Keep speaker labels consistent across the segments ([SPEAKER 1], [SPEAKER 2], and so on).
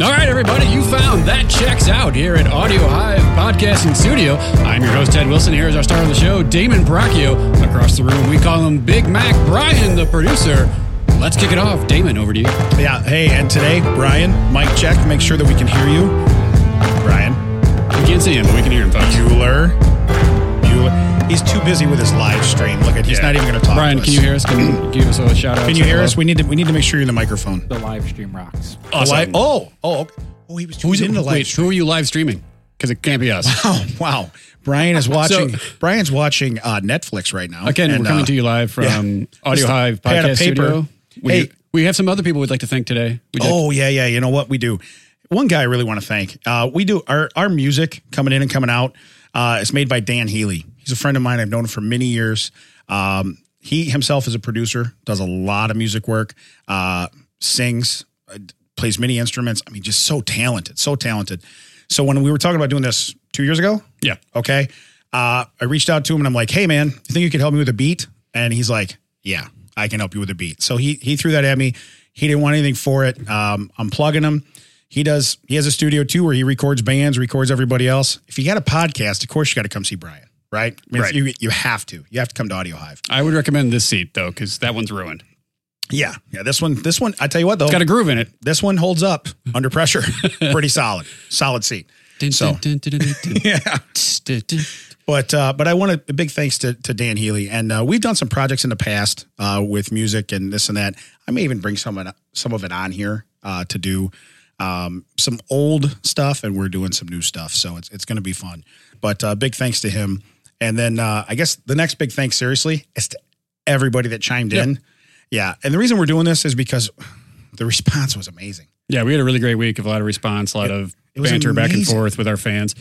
[SPEAKER 1] All right, everybody, you found that checks out here at Audio Hive Podcasting Studio. I'm your host, Ted Wilson. Here is our star of the show, Damon Bracchio. Across the room, we call him Big Mac Brian, the producer. Let's kick it off. Damon, over to you.
[SPEAKER 2] Yeah. Hey, and today, Brian, mic check. Make sure that we can hear you. Brian
[SPEAKER 1] We can't see him, but we can hear him, folks.
[SPEAKER 2] Bueller. Bueller. He's too busy with his live stream. Look at he's
[SPEAKER 1] Yeah.
[SPEAKER 2] not even going to talk.
[SPEAKER 1] Brian,
[SPEAKER 2] to us.
[SPEAKER 1] can you hear us? Can you give us a shout out?
[SPEAKER 2] Can you hear us? We need to. We need to make sure you're in the microphone.
[SPEAKER 3] The live stream rocks.
[SPEAKER 1] Awesome.
[SPEAKER 2] Live- oh. Oh. okay. Oh, he was too
[SPEAKER 1] Who's
[SPEAKER 2] in the live
[SPEAKER 1] Wait,
[SPEAKER 2] stream.
[SPEAKER 1] who are you live streaming? Because it can't be us.
[SPEAKER 2] Oh wow. Brian is watching.
[SPEAKER 1] So-
[SPEAKER 2] Brian's watching uh, Netflix right now.
[SPEAKER 1] Again,
[SPEAKER 2] And,
[SPEAKER 1] we're coming
[SPEAKER 2] uh,
[SPEAKER 1] to you live from
[SPEAKER 2] yeah.
[SPEAKER 1] Audio
[SPEAKER 2] Just
[SPEAKER 1] Hive
[SPEAKER 2] pad of
[SPEAKER 1] Podcast
[SPEAKER 2] paper.
[SPEAKER 1] Studio. We,
[SPEAKER 2] Hey.
[SPEAKER 1] we have some other people we'd like to thank today. We'd like-
[SPEAKER 2] Oh yeah, yeah. You know what we do? One guy I really want to thank. Uh, we do our our music coming in and coming out. Uh, is made by Dan Healy. He's a friend of mine. I've known him for many years. Um, he himself is a producer. Does a lot of music work. Uh, sings, uh, plays many instruments. I mean, just so talented, so talented. So when we were talking about doing this two years ago,
[SPEAKER 1] yeah.
[SPEAKER 2] okay, uh, I reached out to him and I'm like, hey man, you think you could help me with a beat? And he's like, yeah, I can help you with a beat. So he he threw that at me. He didn't want anything for it. Um, I'm plugging him. He does. He has a studio too where he records bands, records everybody else. If you got a podcast, of course you got to come see Brian, right? I mean,
[SPEAKER 1] Right.
[SPEAKER 2] You you have to. You have to come to Audio Hive.
[SPEAKER 1] I would recommend this seat, though, because that one's ruined.
[SPEAKER 2] Yeah, yeah. This one, this one. I tell you what though,
[SPEAKER 1] It's got a groove in it.
[SPEAKER 2] this one holds up under pressure. Pretty solid, solid seat. So- Yeah. But uh, but I want a, a big thanks to, to Dan Healy, and uh, we've done some projects in the past uh, with music and this and that. I may even bring some of it, some of it on here uh, to do um, some old stuff, and we're doing some new stuff, so it's it's going to be fun. But uh, big thanks to him, and then uh, I guess the next big thanks, seriously, is to everybody that chimed in. Yeah, and the reason we're doing this is because the response was amazing.
[SPEAKER 1] Yeah, we had a really great week of a lot of response, a lot of
[SPEAKER 2] it was
[SPEAKER 1] banter back and
[SPEAKER 2] amazing.
[SPEAKER 1] forth with our fans.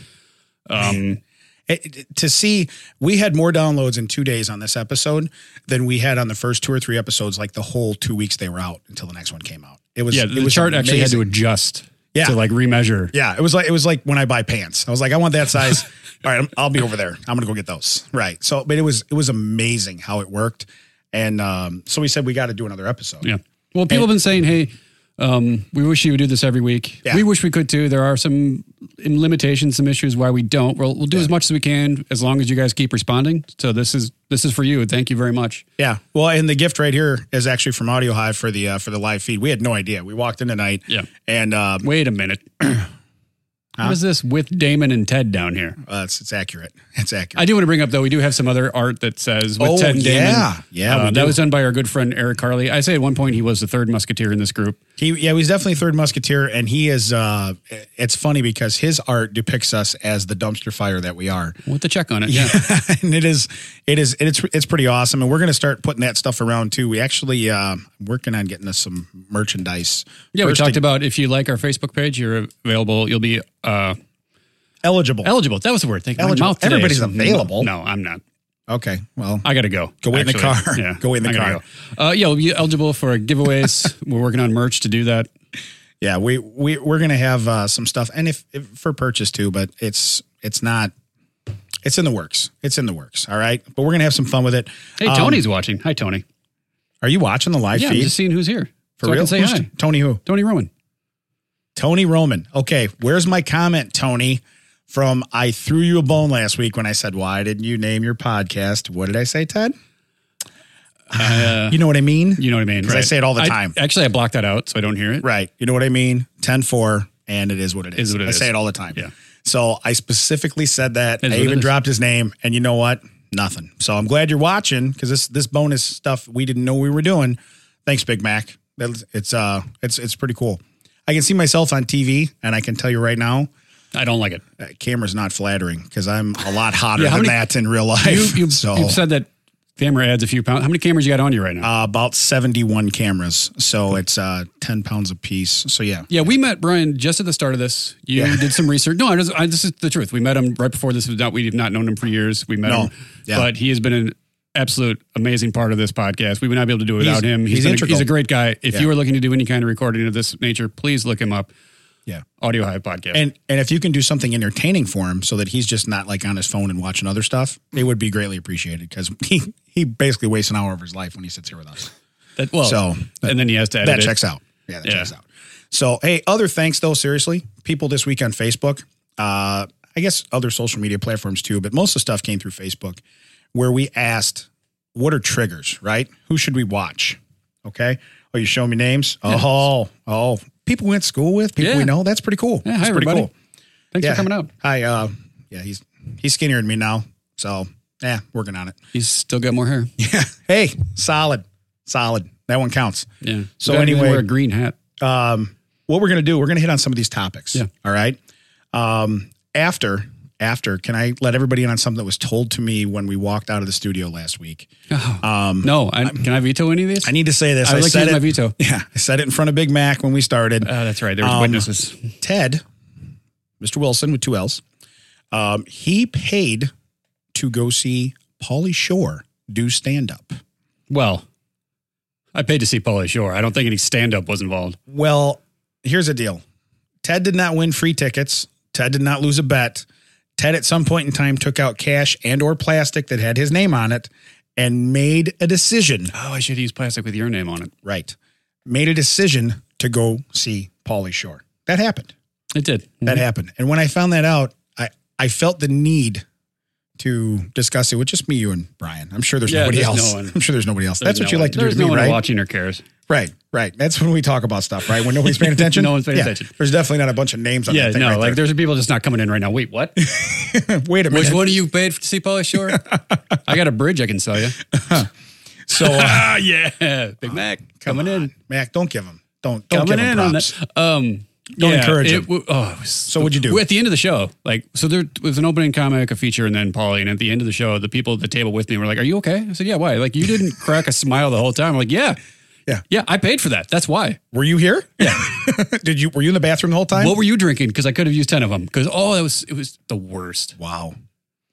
[SPEAKER 1] Um,
[SPEAKER 2] It- it- Eh, to see we had more downloads in two days on this episode than we had on the first two or three episodes like the whole two weeks they were out until the next one came out it was
[SPEAKER 1] yeah,
[SPEAKER 2] it
[SPEAKER 1] the
[SPEAKER 2] was
[SPEAKER 1] chart actually had to
[SPEAKER 2] amazing.
[SPEAKER 1] adjust
[SPEAKER 2] Yeah.
[SPEAKER 1] to like remeasure.
[SPEAKER 2] yeah it was like it was like when i buy pants i was like i want that size all right I'm, i'll be over there i'm gonna go get those right so but it was it was amazing how it worked and um, so we said we got to do another episode
[SPEAKER 1] Yeah. Well, people have been saying, hey, um, we wish you would do this every week.
[SPEAKER 2] Yeah.
[SPEAKER 1] We wish we could too. There are some in limitations, some issues why we don't. We'll, we'll do as much as we can as long as you guys keep responding. So this is this is for you. Thank you very much.
[SPEAKER 2] Yeah. Well, and the gift right here is actually from Audio Hive for the uh, for the live feed. We had no idea. We walked in tonight.
[SPEAKER 1] Yeah.
[SPEAKER 2] And um,
[SPEAKER 1] Wait a minute. What is this with Damon and Ted down here?
[SPEAKER 2] uh, it's, it's accurate. It's accurate.
[SPEAKER 1] I do want to bring up though, we do have some other art that says with
[SPEAKER 2] Oh,
[SPEAKER 1] Ted and Damon.
[SPEAKER 2] yeah. Yeah,
[SPEAKER 1] Uh,
[SPEAKER 2] we
[SPEAKER 1] that
[SPEAKER 2] do.
[SPEAKER 1] was done by our good friend Eric Carley. I say at one point he was the third musketeer in this group.
[SPEAKER 2] He yeah, he's definitely third musketeer, and he is. uh It's funny because his art depicts us as the dumpster fire that we are,
[SPEAKER 1] With the check on it. Yeah.
[SPEAKER 2] and it is, it is, and it's it's pretty awesome. And we're gonna start putting that stuff around too. We actually uh, working on getting us some merchandise.
[SPEAKER 1] Yeah, we
[SPEAKER 2] First
[SPEAKER 1] talked about if you like our Facebook page, you're available. You'll be uh,
[SPEAKER 2] eligible.
[SPEAKER 1] eligible. That was the word. Thank you. My
[SPEAKER 2] Eligible.
[SPEAKER 1] mouth today
[SPEAKER 2] Everybody's
[SPEAKER 1] is-
[SPEAKER 2] available.
[SPEAKER 1] No, I'm not.
[SPEAKER 2] okay, well,
[SPEAKER 1] I got to go.
[SPEAKER 2] Go wait in the car.
[SPEAKER 1] Yeah.
[SPEAKER 2] Go wait in the
[SPEAKER 1] I gotta
[SPEAKER 2] car.
[SPEAKER 1] go. Uh, yeah, we'll be eligible for giveaways. We're working on merch to do that.
[SPEAKER 2] yeah, we we we're gonna have uh, some stuff, and if, if for purchase too, but it's it's not. It's in the works. It's in the works. All right, but we're gonna have some fun with it.
[SPEAKER 1] Hey,
[SPEAKER 2] Um,
[SPEAKER 1] Tony's watching. Hi, Tony.
[SPEAKER 2] are you watching the live
[SPEAKER 1] Yeah, I'm
[SPEAKER 2] feed?
[SPEAKER 1] just seeing who's here.
[SPEAKER 2] for
[SPEAKER 1] so I
[SPEAKER 2] real,
[SPEAKER 1] can say
[SPEAKER 2] Who's
[SPEAKER 1] hi.
[SPEAKER 2] t- Tony. Who?
[SPEAKER 1] Tony Rowan.
[SPEAKER 2] Tony Roman. Okay, where's my comment, Tony? From I threw you a bone last week when I said, Why didn't you name your podcast? What did I say, Ted?
[SPEAKER 1] Uh,
[SPEAKER 2] You know what I mean?
[SPEAKER 1] you know what I mean?
[SPEAKER 2] 'Cause I say it all the time.
[SPEAKER 1] Actually, I blocked that out so I don't hear it.
[SPEAKER 2] Right. You know what I mean? 10 4, and it is what it is.
[SPEAKER 1] Is what it
[SPEAKER 2] I say
[SPEAKER 1] is.
[SPEAKER 2] it all the time.
[SPEAKER 1] Yeah.
[SPEAKER 2] So I specifically said that.
[SPEAKER 1] Is
[SPEAKER 2] I
[SPEAKER 1] what it
[SPEAKER 2] even
[SPEAKER 1] is.
[SPEAKER 2] dropped his name, and you know what? Nothing. So I'm glad you're watching because this this bonus stuff we didn't know we were doing. Thanks, Big Mac. That's- It's uh it's it's pretty cool. I can see myself on TV, and I can tell you right now,
[SPEAKER 1] I don't like it.
[SPEAKER 2] that camera's not flattering because I'm a lot hotter
[SPEAKER 1] Yeah, how
[SPEAKER 2] than
[SPEAKER 1] many-
[SPEAKER 2] that in real life.
[SPEAKER 1] You, you,
[SPEAKER 2] so
[SPEAKER 1] You've said that camera adds a few pounds. How many cameras you got on you right now?
[SPEAKER 2] uh, about 71 cameras, so it's uh, 10 pounds a piece. So yeah,
[SPEAKER 1] Yeah, we met Brian just at the start of this. You
[SPEAKER 2] Yeah.
[SPEAKER 1] did some research. No, I just, I, this is the truth. We met him right before this was out. We have not known him for years. We met
[SPEAKER 2] No.
[SPEAKER 1] him,
[SPEAKER 2] Yeah.
[SPEAKER 1] but he has been an absolute amazing part of this podcast. We would not be able to do it without
[SPEAKER 2] He's-
[SPEAKER 1] him.
[SPEAKER 2] he's
[SPEAKER 1] been a,
[SPEAKER 2] integral.
[SPEAKER 1] he's a great guy. If
[SPEAKER 2] Yeah.
[SPEAKER 1] you are looking to do any kind of recording of this nature, please look him up.
[SPEAKER 2] yeah.
[SPEAKER 1] Audio Hive Podcast.
[SPEAKER 2] And and if you can do something entertaining for him so that he's just not like on his phone and watching other stuff, it would be greatly appreciated because he he basically wastes an hour of his life when he sits here with us.
[SPEAKER 1] that, well,
[SPEAKER 2] so
[SPEAKER 1] and then he has to edit
[SPEAKER 2] that
[SPEAKER 1] it.
[SPEAKER 2] checks out. Yeah, that
[SPEAKER 1] Yeah.
[SPEAKER 2] checks out. So, hey, other thanks though, seriously, people this week on Facebook, uh, I guess other social media platforms too, but most of the stuff came through Facebook where we asked, what are triggers, right? Who should we watch? Okay. Oh, you showing me names?
[SPEAKER 1] Yeah.
[SPEAKER 2] Oh, oh, people we went to school with, people
[SPEAKER 1] Yeah.
[SPEAKER 2] we know. That's pretty cool.
[SPEAKER 1] Yeah, hi,
[SPEAKER 2] That's pretty
[SPEAKER 1] everybody.
[SPEAKER 2] cool.
[SPEAKER 1] Thanks
[SPEAKER 2] yeah.
[SPEAKER 1] for coming out.
[SPEAKER 2] Hi, uh, yeah, he's he's skinnier than me now. So, yeah, working on it.
[SPEAKER 1] He's still got more hair.
[SPEAKER 2] Yeah. Hey, solid, solid. That one counts.
[SPEAKER 1] Yeah.
[SPEAKER 2] So
[SPEAKER 1] Glad he doesn't
[SPEAKER 2] anyway-
[SPEAKER 1] wear a green hat.
[SPEAKER 2] um, what we're going to do, we're going to hit on some of these topics.
[SPEAKER 1] Yeah.
[SPEAKER 2] All right. Um, after, after, can I let everybody in on something that was told to me when we walked out of the studio last week? Um,
[SPEAKER 1] No, I, can I veto any of these?
[SPEAKER 2] I need to say this.
[SPEAKER 1] I would like to
[SPEAKER 2] said
[SPEAKER 1] use
[SPEAKER 2] it.
[SPEAKER 1] my veto.
[SPEAKER 2] yeah, I said it in front of Big Mac when we started.
[SPEAKER 1] Uh, that's right. There was
[SPEAKER 2] Um,
[SPEAKER 1] witnesses.
[SPEAKER 2] Ted, Mr. Wilson with two L's, um, he paid to go see Paulie Shore do stand up.
[SPEAKER 1] Well, I paid to see Paulie Shore. I don't think any stand up was involved.
[SPEAKER 2] Well, here's the deal. Ted did not win free tickets. Ted did not lose a bet. Ted at some point in time took out cash and or plastic that had his name on it and made a decision.
[SPEAKER 1] Oh, I should use plastic with your name on it.
[SPEAKER 2] Right. Made a decision to go see Paulie Shore. That happened.
[SPEAKER 1] It did.
[SPEAKER 2] That happened. And when I found that out, I, I felt the need to discuss it with just me, you and Brian. I'm sure there's
[SPEAKER 1] Yeah,
[SPEAKER 2] nobody
[SPEAKER 1] there's
[SPEAKER 2] else.
[SPEAKER 1] no one.
[SPEAKER 2] I'm sure there's nobody else.
[SPEAKER 1] There's
[SPEAKER 2] That's
[SPEAKER 1] no
[SPEAKER 2] what you
[SPEAKER 1] one-
[SPEAKER 2] like to do
[SPEAKER 1] There's
[SPEAKER 2] to
[SPEAKER 1] no
[SPEAKER 2] me,
[SPEAKER 1] one
[SPEAKER 2] right?
[SPEAKER 1] watching or cares.
[SPEAKER 2] Right, right. That's when we talk about stuff, right? When nobody's paying attention.
[SPEAKER 1] No one's paying
[SPEAKER 2] Yeah.
[SPEAKER 1] attention.
[SPEAKER 2] There's definitely not a bunch of names on
[SPEAKER 1] Yeah,
[SPEAKER 2] that thing
[SPEAKER 1] no,
[SPEAKER 2] right
[SPEAKER 1] like
[SPEAKER 2] there.
[SPEAKER 1] there's people just not coming in right now. Wait, what?
[SPEAKER 2] Wait a
[SPEAKER 1] Which
[SPEAKER 2] minute.
[SPEAKER 1] one of you paid to see Paulie Shore? I got a bridge I can sell you.
[SPEAKER 2] So, uh,
[SPEAKER 1] Ah, yeah, Big Mac coming in,
[SPEAKER 2] Mac, don't give him. Don't don't
[SPEAKER 1] coming
[SPEAKER 2] give
[SPEAKER 1] in
[SPEAKER 2] him
[SPEAKER 1] on
[SPEAKER 2] props.
[SPEAKER 1] that. Um,
[SPEAKER 2] Don't encourage him.
[SPEAKER 1] it. wa- oh, it was
[SPEAKER 2] So what'd you do?
[SPEAKER 1] At the end of the show, like, so there was an opening comic, a feature, and then Paulie. And at the end of the show, the people at the table with me were like, "Are you okay?" I said, "Yeah." Why? Like, you didn't crack a smile the whole time. I'm like, "Yeah,
[SPEAKER 2] Yeah.
[SPEAKER 1] yeah." I paid for that. That's why.
[SPEAKER 2] Were you here? Yeah. Did you? Were you in the bathroom the whole time?
[SPEAKER 1] What were you drinking? Because I could have used ten of them. Because oh, that was it was the worst.
[SPEAKER 2] Wow.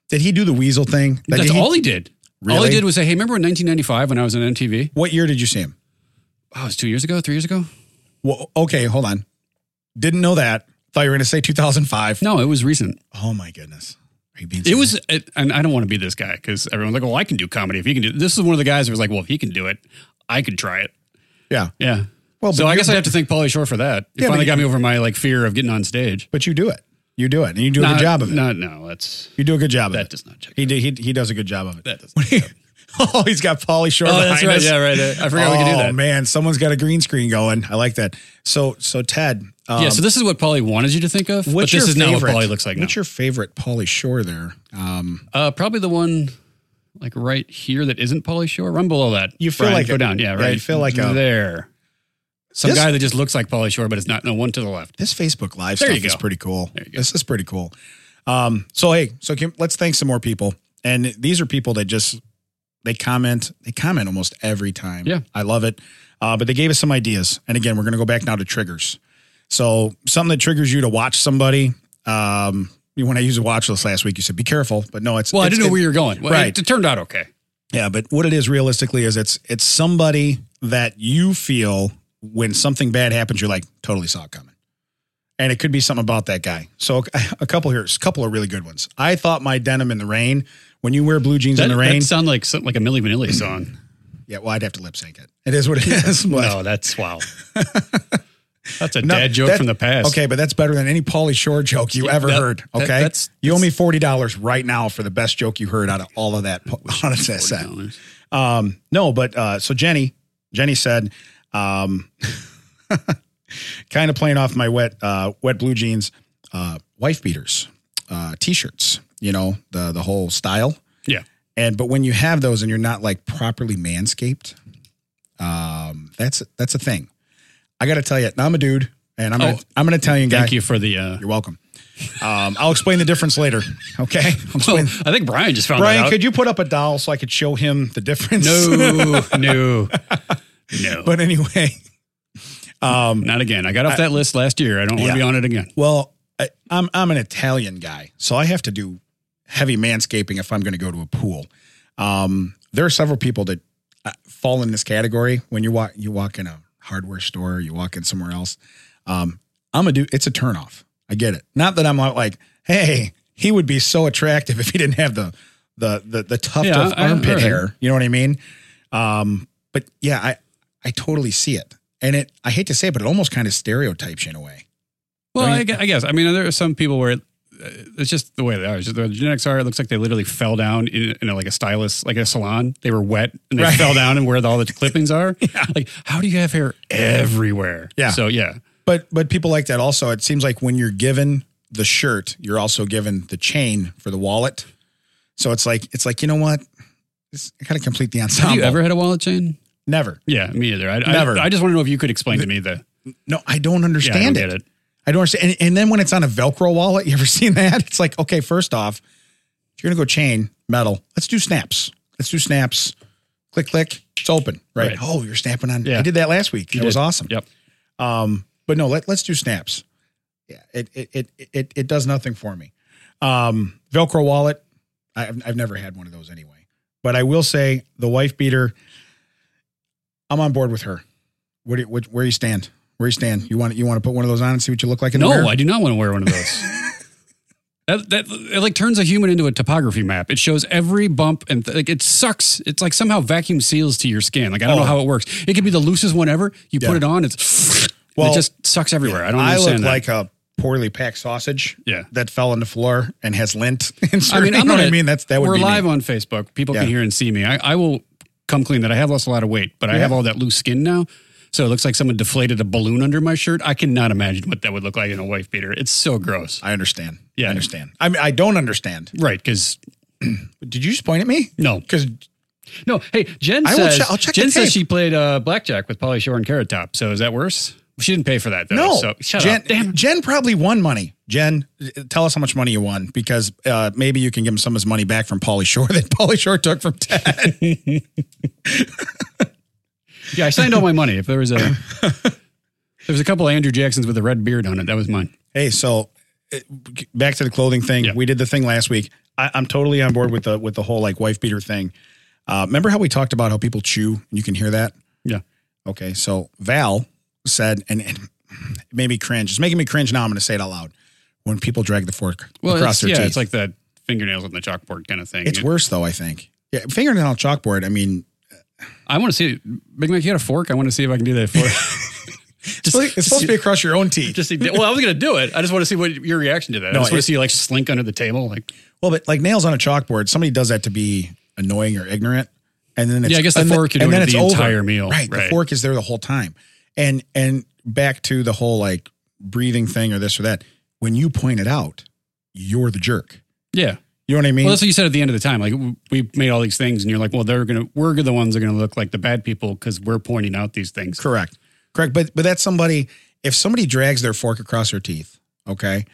[SPEAKER 2] Did he do the weasel thing? Like,
[SPEAKER 1] That's
[SPEAKER 2] did he-
[SPEAKER 1] all he did. All
[SPEAKER 2] Really?
[SPEAKER 1] he did was say, "Hey, remember in 1995 when I was on MTV?
[SPEAKER 2] What year did you see him?
[SPEAKER 1] Oh, it was two years ago, three years ago.
[SPEAKER 2] Well, okay, hold on. Didn't know that. Thought you were going to say 2005.
[SPEAKER 1] No, it was recent.
[SPEAKER 2] Oh my goodness. Are you being
[SPEAKER 1] It
[SPEAKER 2] serious?
[SPEAKER 1] was, it, and I don't want to be this guy because everyone's like, "Well, I can do comedy if he can do." This is one of the guys who was like, "Well, if he can do it, I could try it."
[SPEAKER 2] Yeah.
[SPEAKER 1] Yeah.
[SPEAKER 2] Well,
[SPEAKER 1] so
[SPEAKER 2] Oh, but
[SPEAKER 1] I
[SPEAKER 2] you-
[SPEAKER 1] guess I have to thank Paulie Shore for that. He
[SPEAKER 2] Yeah, but
[SPEAKER 1] finally
[SPEAKER 2] you-
[SPEAKER 1] got me over my like fear of getting on stage.
[SPEAKER 2] But you do it. You do it, and you do a
[SPEAKER 1] Not-
[SPEAKER 2] good job of it.
[SPEAKER 1] Not, no, that's
[SPEAKER 2] You do a good job of
[SPEAKER 1] that
[SPEAKER 2] it.
[SPEAKER 1] does not check.
[SPEAKER 2] He did, he he does a good job of it.
[SPEAKER 1] That does.
[SPEAKER 2] oh, he's got Paulie Shore
[SPEAKER 1] Oh,
[SPEAKER 2] behind
[SPEAKER 1] that's right.
[SPEAKER 2] us.
[SPEAKER 1] Yeah, right. I forgot
[SPEAKER 2] oh,
[SPEAKER 1] we could do that.
[SPEAKER 2] man, someone's got a green screen going. I like that. So so Ted, um,
[SPEAKER 1] yeah. So this is what Paulie wanted you to think of.
[SPEAKER 2] what's
[SPEAKER 1] but
[SPEAKER 2] your
[SPEAKER 1] this is not
[SPEAKER 2] favorite?
[SPEAKER 1] what Paulie looks like now.
[SPEAKER 2] What's your favorite Paulie Shore there? Um,
[SPEAKER 1] uh, probably the one like right here that isn't Paulie Shore. Run below that.
[SPEAKER 2] You feel
[SPEAKER 1] Brian,
[SPEAKER 2] like
[SPEAKER 1] go
[SPEAKER 2] a-
[SPEAKER 1] down. Yeah,
[SPEAKER 2] yeah,
[SPEAKER 1] right.
[SPEAKER 2] you feel like a-
[SPEAKER 1] there. Some
[SPEAKER 2] This-
[SPEAKER 1] guy that just looks like Paulie Shore, but it's not. No one to the left.
[SPEAKER 2] this Facebook Live
[SPEAKER 1] There you
[SPEAKER 2] stuff is
[SPEAKER 1] go.
[SPEAKER 2] pretty cool.
[SPEAKER 1] There you go.
[SPEAKER 2] This is pretty cool. Um, so hey, so Kim, let's thank some more people. And these are people that just they comment, they comment almost every time.
[SPEAKER 1] Yeah.
[SPEAKER 2] I love it. Uh, but they gave us some ideas. And again, we're gonna go back now to triggers. So something that triggers you to watch somebody. Um, when I used a watch list last week, you said be careful, but no, it's
[SPEAKER 1] Well, I
[SPEAKER 2] it's-
[SPEAKER 1] didn't know
[SPEAKER 2] it-
[SPEAKER 1] where you were going. Well,
[SPEAKER 2] Right.
[SPEAKER 1] It, it turned out okay.
[SPEAKER 2] Yeah, but what it is realistically is it's it's somebody that you feel when something bad happens, you're like totally saw it coming, and it could be something about that guy. So a, a couple here, a couple of really good ones. I thought my denim in the rain. When you wear blue jeans
[SPEAKER 1] That,
[SPEAKER 2] in the
[SPEAKER 1] that
[SPEAKER 2] rain, Mm.
[SPEAKER 1] sound like something like a Milli Vanilli song.
[SPEAKER 2] yeah, well, I'd have to lip sync it. It is what it is. but-
[SPEAKER 1] no, that's wow. that's a
[SPEAKER 2] No,
[SPEAKER 1] dad joke
[SPEAKER 2] that-
[SPEAKER 1] from the past.
[SPEAKER 2] Okay, but that's better than any Pauly Shore joke you ever
[SPEAKER 1] that-
[SPEAKER 2] heard.
[SPEAKER 1] that-
[SPEAKER 2] Okay,
[SPEAKER 1] that's-
[SPEAKER 2] you owe me forty dollars right now for the best joke you heard out of all of that. po- Out of that set.
[SPEAKER 1] $40.
[SPEAKER 2] Um, no, but uh, so Jenny, Jenny said, um, kind of playing off my wet, uh, wet blue jeans, uh, wife beaters, uh, t-shirts. You know the the whole style.
[SPEAKER 1] Yeah.
[SPEAKER 2] And but when you have those and you're not like properly manscaped, um, that's that's a thing. I got to tell you, now I'm a dude, and I'm gonna,
[SPEAKER 1] Oh.
[SPEAKER 2] I'm going to tell you, guy.
[SPEAKER 1] Thank you for the. Uh,
[SPEAKER 2] You're welcome. Um, I'll explain the difference later. Okay. I'll
[SPEAKER 1] well,
[SPEAKER 2] explain.
[SPEAKER 1] oh, I think Brian just found that
[SPEAKER 2] Brian,
[SPEAKER 1] out.
[SPEAKER 2] could you put up a doll so I could show him the difference?
[SPEAKER 1] no, no, no.
[SPEAKER 2] but anyway, um,
[SPEAKER 1] Not again. I got off that list last year. I don't want
[SPEAKER 2] Yeah.
[SPEAKER 1] to be on it again.
[SPEAKER 2] well, I, I'm I'm an Italian guy, so I have to do heavy manscaping if I'm going to go to a pool. Um, there are several people that uh, fall in this category when you walk you walk in a hardware store, you walk in somewhere else. Um, I'm a dude. It's a turnoff. I get it. Not that I'm not like, hey, he would be so attractive if he didn't have the the the, the tuft
[SPEAKER 1] Yeah,
[SPEAKER 2] of
[SPEAKER 1] I-
[SPEAKER 2] armpit
[SPEAKER 1] alright.
[SPEAKER 2] hair. You know what I mean? Um, but yeah, I I totally see it. And it, I hate to say it, but it almost kind of stereotypes you in a way.
[SPEAKER 1] Well,
[SPEAKER 2] Don't
[SPEAKER 1] I,
[SPEAKER 2] you-
[SPEAKER 1] gue- I guess. I mean, there are some people where it, uh, it's just the way they are. It's just the genetics are. It looks like they literally fell down in, in a, like a stylus, like a salon. They were wet and they
[SPEAKER 2] Right.
[SPEAKER 1] fell down and where the, all the clippings are. Like, how do you have hair everywhere?
[SPEAKER 2] Yeah.
[SPEAKER 1] So yeah,
[SPEAKER 2] But but people like that also. It seems like when you're given the shirt, you're also given the chain for the wallet. So it's like it's like you know what? It's, I gotta complete the ensemble.
[SPEAKER 1] have you ever had a wallet chain?
[SPEAKER 2] Never.
[SPEAKER 1] Yeah, me either. I, I-
[SPEAKER 2] Never.
[SPEAKER 1] I, just want to know if you could explain to me the.
[SPEAKER 2] No,
[SPEAKER 1] Yeah, I
[SPEAKER 2] I don't
[SPEAKER 1] don't
[SPEAKER 2] understand
[SPEAKER 1] get
[SPEAKER 2] it.
[SPEAKER 1] it.
[SPEAKER 2] I don't understand. And, and then when it's on a Velcro wallet, you ever seen that? It's like okay, first off, if you're gonna go chain metal. Let's do snaps. Let's do snaps. Click click. It's open. Right.
[SPEAKER 1] Right.
[SPEAKER 2] Oh, you're snapping on.
[SPEAKER 1] Yeah.
[SPEAKER 2] I did that last week. That was
[SPEAKER 1] did.
[SPEAKER 2] awesome.
[SPEAKER 1] Yep.
[SPEAKER 2] Um, but no, let, let's do snaps. Yeah, it it it it, it does nothing for me. Um, Velcro wallet. I've I've never had one of those anyway. But I will say the wife beater. I'm on board with her. What do you, what, where you stand? Where you stand? You want you want to put one of those on and see what you look like in
[SPEAKER 1] No,
[SPEAKER 2] the mirror?
[SPEAKER 1] I do not want to wear one of those. that, that it like turns a human into a topography map. It shows every bump and th- like it sucks. It's like somehow vacuum seals to your skin. Like I don't
[SPEAKER 2] Oh.
[SPEAKER 1] know how it works. It could be the loosest one ever. You
[SPEAKER 2] Yeah.
[SPEAKER 1] put it on, it's
[SPEAKER 2] Well,
[SPEAKER 1] it just sucks everywhere. I don't
[SPEAKER 2] I
[SPEAKER 1] understand
[SPEAKER 2] look
[SPEAKER 1] that.
[SPEAKER 2] like a poorly packed sausage.
[SPEAKER 1] Yeah.
[SPEAKER 2] that fell on the floor and has lint.
[SPEAKER 1] I mean,
[SPEAKER 2] you
[SPEAKER 1] I'm
[SPEAKER 2] know
[SPEAKER 1] gonna,
[SPEAKER 2] what I mean. That's that would
[SPEAKER 1] we're
[SPEAKER 2] be me.
[SPEAKER 1] live on Facebook. People
[SPEAKER 2] Yeah.
[SPEAKER 1] can hear and see me. I, I will come clean that I have lost a lot of weight, but I
[SPEAKER 2] Yeah.
[SPEAKER 1] have all that loose skin now. So it looks like someone deflated a balloon under my shirt. I cannot imagine what that would look like in a wife beater. It's so gross.
[SPEAKER 2] I understand.
[SPEAKER 1] Yeah.
[SPEAKER 2] I understand. I mean, I don't understand.
[SPEAKER 1] Right, because
[SPEAKER 2] Did you just point at me?
[SPEAKER 1] no,
[SPEAKER 2] Because
[SPEAKER 1] No, hey, Jen
[SPEAKER 2] I will
[SPEAKER 1] says
[SPEAKER 2] che- I'll check the
[SPEAKER 1] Jen
[SPEAKER 2] tape.
[SPEAKER 1] says she played uh, blackjack with Polly Shore and Carrot Top. So is that worse? She didn't pay for that though.
[SPEAKER 2] No,
[SPEAKER 1] so shut
[SPEAKER 2] Jen,
[SPEAKER 1] up. Damn. it.
[SPEAKER 2] Jen probably won money. Jen, tell us how much money you won because uh, maybe you can give him some of his money back from Pauly Shore that Pauly Shore took from Ted.
[SPEAKER 1] Yeah, I signed all my money. If there was a there was a couple of Andrew Jacksons with a red beard on it, that was mine.
[SPEAKER 2] hey, so uh, back to the clothing thing.
[SPEAKER 1] Yeah.
[SPEAKER 2] We did the thing last week. I, I'm totally on board with the with the whole like wife beater thing. Uh, remember how we talked about how people chew? You can hear that.
[SPEAKER 1] Yeah.
[SPEAKER 2] Okay, so Val said, and, and it made me cringe. It's making me cringe now. I'm going to say it out loud. When people drag the fork
[SPEAKER 1] Well,
[SPEAKER 2] across
[SPEAKER 1] it's,
[SPEAKER 2] their
[SPEAKER 1] yeah,
[SPEAKER 2] teeth,
[SPEAKER 1] it's like the fingernails on the chalkboard kind of thing.
[SPEAKER 2] it's worse though. I think. Yeah, fingernail chalkboard. I mean,
[SPEAKER 1] I want to see Big Mac. You got a fork? I want to see if I can do that for. just,
[SPEAKER 2] It's supposed to be across your own teeth.
[SPEAKER 1] Just see, well, I was gonna do it. I just want to see what your reaction to that.
[SPEAKER 2] No,
[SPEAKER 1] I just want
[SPEAKER 2] it-
[SPEAKER 1] to see you like slink under the table. Like,
[SPEAKER 2] Well, but like nails on a chalkboard, somebody does that to be annoying or ignorant, and then it's,
[SPEAKER 1] Yeah, I guess the
[SPEAKER 2] and then-
[SPEAKER 1] fork you're
[SPEAKER 2] and
[SPEAKER 1] doing
[SPEAKER 2] then
[SPEAKER 1] it the
[SPEAKER 2] it's over.
[SPEAKER 1] entire meal.
[SPEAKER 2] Right, the
[SPEAKER 1] Right.
[SPEAKER 2] fork is there the whole time, and and back to the whole like breathing thing or this or that. When you point it out, you're the jerk.
[SPEAKER 1] yeah,
[SPEAKER 2] You know what I mean?
[SPEAKER 1] Well, that's what you said at the end of the time. Like w- we made all these things, and you're like, well, they're gonna we're the ones that are gonna look like the bad people because we're pointing out these things.
[SPEAKER 2] Correct. Correct. But but that's somebody if somebody drags their fork across their teeth, okay,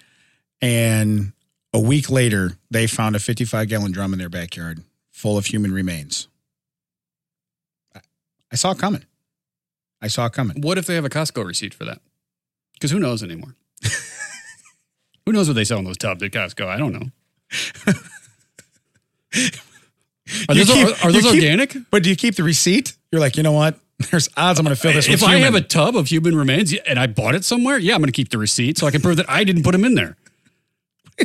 [SPEAKER 2] and a week later they found a 55 gallon drum in their backyard full of human remains. I- I saw it coming. I saw it coming.
[SPEAKER 1] What if they have a Costco receipt for that? Because who knows anymore? who knows what they sell in those tubs at Costco? I don't know. Are
[SPEAKER 2] You
[SPEAKER 1] those,
[SPEAKER 2] keep-
[SPEAKER 1] are, are those
[SPEAKER 2] you keep-
[SPEAKER 1] organic?
[SPEAKER 2] But do you keep the receipt? You're like, you know what? There's odds I'm going to fill this with
[SPEAKER 1] If I
[SPEAKER 2] human.
[SPEAKER 1] have a tub of human remains and I bought it somewhere, yeah, I'm going to keep the receipt so I can prove that I didn't put them in there.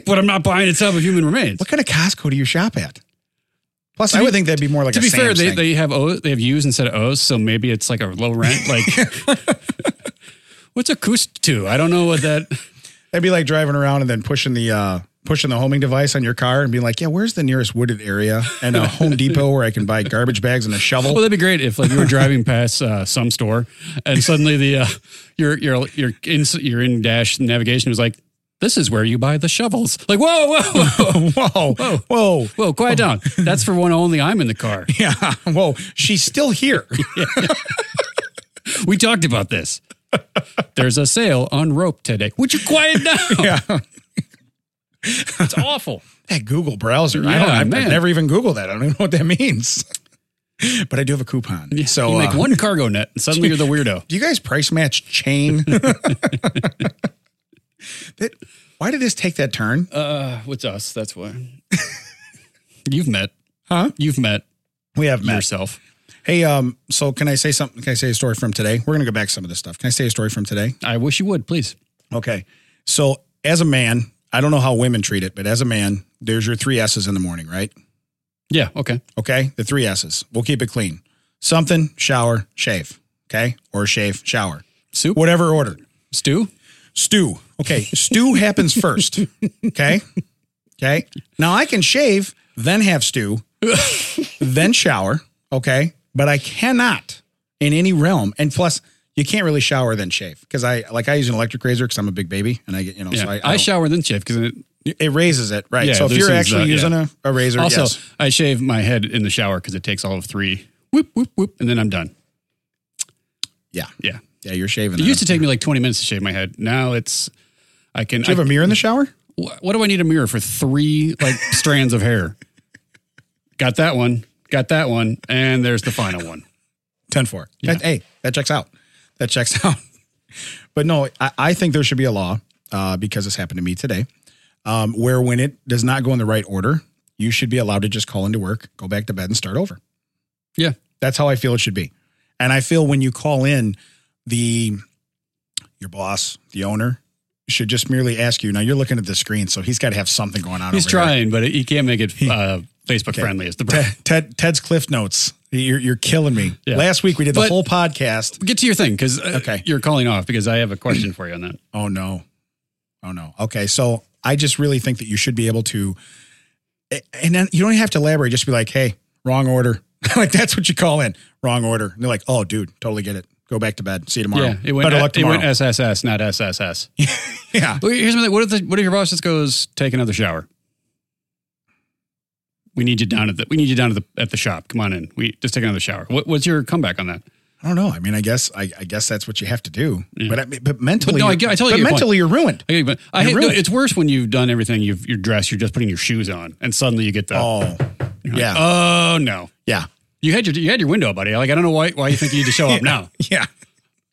[SPEAKER 1] But I'm not buying a tub of human remains.
[SPEAKER 2] what kind of Costco do you shop at? Plus, I
[SPEAKER 1] be-
[SPEAKER 2] would think that'd be more like
[SPEAKER 1] to
[SPEAKER 2] a
[SPEAKER 1] be fair,
[SPEAKER 2] Sam's
[SPEAKER 1] they,
[SPEAKER 2] thing.
[SPEAKER 1] they have O's, they have U's instead of O's, so maybe it's like a low rent. Like, what's a koost to? I don't know what that.
[SPEAKER 2] That'd be like driving around and then pushing the uh, pushing the homing device on your car and being like, "Yeah, where's the nearest wooded area and a Home Depot where I can buy garbage bags and a
[SPEAKER 1] Well,
[SPEAKER 2] shovel?"
[SPEAKER 1] that'd be great if like you were driving past uh, some store and suddenly the uh, your your your in your in dash navigation was like, this is where you buy the shovels. Like, whoa, whoa, whoa,
[SPEAKER 2] whoa, whoa, whoa,
[SPEAKER 1] whoa, quiet down. That's for when only I'm in the car.
[SPEAKER 2] yeah, whoa! She's still here.
[SPEAKER 1] We talked about this. There's a sale on rope today. Would you quiet down?
[SPEAKER 2] Yeah,
[SPEAKER 1] It's awful.
[SPEAKER 2] that Google browser. I
[SPEAKER 1] Yeah,
[SPEAKER 2] don't. I've, I've
[SPEAKER 1] man.
[SPEAKER 2] never even Googled that. I don't even know what that means. But I do have a coupon. so
[SPEAKER 1] you make
[SPEAKER 2] uh,
[SPEAKER 1] one cargo net and suddenly you're the weirdo.
[SPEAKER 2] do you guys price match chain? that, why did this take that turn?
[SPEAKER 1] Uh, with us, that's why. You've met,
[SPEAKER 2] Huh?
[SPEAKER 1] you've met
[SPEAKER 2] We have met.
[SPEAKER 1] yourself.
[SPEAKER 2] Hey, um, so can I say something? Can I say a story from today? We're gonna go back to some of this stuff. Can I say a story from today?
[SPEAKER 1] I wish you would, please.
[SPEAKER 2] Okay. So as a man, I don't know how women treat it, but as a man, there's your three S's in the morning, right?
[SPEAKER 1] Yeah. Okay.
[SPEAKER 2] Okay. The three S's. We'll keep it clean. Something, shower, shave. Okay. Or shave, shower,
[SPEAKER 1] Soup?
[SPEAKER 2] whatever order.
[SPEAKER 1] Stew?
[SPEAKER 2] Stew. Okay. stew happens first. Okay. Okay. Now I can shave, then have stew, then shower. Okay. But I cannot in any realm. And plus, you can't really shower then shave because I like I use an electric razor because I'm a big baby and I get you know
[SPEAKER 1] Yeah.
[SPEAKER 2] so I,
[SPEAKER 1] I,
[SPEAKER 2] I don't-
[SPEAKER 1] shower and then shave because
[SPEAKER 2] it raises it right.
[SPEAKER 1] Yeah,
[SPEAKER 2] so if you're
[SPEAKER 1] loosens
[SPEAKER 2] actually
[SPEAKER 1] that, yeah.
[SPEAKER 2] using a, a razor,
[SPEAKER 1] also
[SPEAKER 2] yes.
[SPEAKER 1] I shave my head in the shower because it takes all of three whoop whoop whoop and then I'm done.
[SPEAKER 2] yeah,
[SPEAKER 1] Yeah,
[SPEAKER 2] yeah, you're shaving.
[SPEAKER 1] it
[SPEAKER 2] that
[SPEAKER 1] used to
[SPEAKER 2] up.
[SPEAKER 1] take me like 20 minutes to shave my head. Now it's I can.
[SPEAKER 2] Do you have a mirror in the shower?
[SPEAKER 1] wh- what do I need a mirror for three like strands of hair? Got that one. Got that one. And there's the final one.
[SPEAKER 2] 10 4. That, hey, that checks out. That checks out. But no, I, I think there should be a law uh, because this happened to me today um, where when it does not go in the right order, you should be allowed to just call into work, go back to bed, and start over.
[SPEAKER 1] Yeah.
[SPEAKER 2] That's how I feel it should be. And I feel when you call in, the your boss, the owner, should just merely ask you. Now you're looking at the screen, so he's got to have something going on.
[SPEAKER 1] He's
[SPEAKER 2] over here.
[SPEAKER 1] trying, but he can't make it uh, Facebook friendly. Is the problem.
[SPEAKER 2] Ted, Ted's Cliff Notes. You're, you're killing me.
[SPEAKER 1] Yeah.
[SPEAKER 2] Last week we did the
[SPEAKER 1] But-
[SPEAKER 2] whole podcast.
[SPEAKER 1] Get to your thing because uh,
[SPEAKER 2] Okay.
[SPEAKER 1] you're calling off because I have a question for you on that.
[SPEAKER 2] Oh no. Oh no. Okay. So I just really think that you should be able to, and then you don't have to elaborate. Just be like, hey, wrong order. like that's what you call in. Wrong order. And they're like, oh, dude, totally get it. Go back to bed. See you tomorrow.
[SPEAKER 1] Yeah, it went,
[SPEAKER 2] Better luck
[SPEAKER 1] it
[SPEAKER 2] tomorrow.
[SPEAKER 1] went SSS, not SSS.
[SPEAKER 2] yeah.
[SPEAKER 1] Well, Here's my thing. What if the, what if your boss just goes take another shower? We need you down at the we need you down at the at the shop. Come on in. We just take another shower. What, what's your comeback on that?
[SPEAKER 2] I don't know. I mean, I guess I, I guess that's what you have to do.
[SPEAKER 1] Yeah.
[SPEAKER 2] But I, mean- but mentally,
[SPEAKER 1] But no, I
[SPEAKER 2] you're-
[SPEAKER 1] get- I totally
[SPEAKER 2] but
[SPEAKER 1] get your
[SPEAKER 2] mentally you're ruined.
[SPEAKER 1] I, but I
[SPEAKER 2] You're
[SPEAKER 1] hate, no,
[SPEAKER 2] ruined.
[SPEAKER 1] it's worse when you've done everything. You've you're dressed. You're just putting your shoes on, and suddenly you get the
[SPEAKER 2] Oh, yeah,
[SPEAKER 1] oh no.
[SPEAKER 2] yeah,
[SPEAKER 1] You had your you had your window, buddy. Like I don't know why why you think you need to show up now.
[SPEAKER 2] yeah.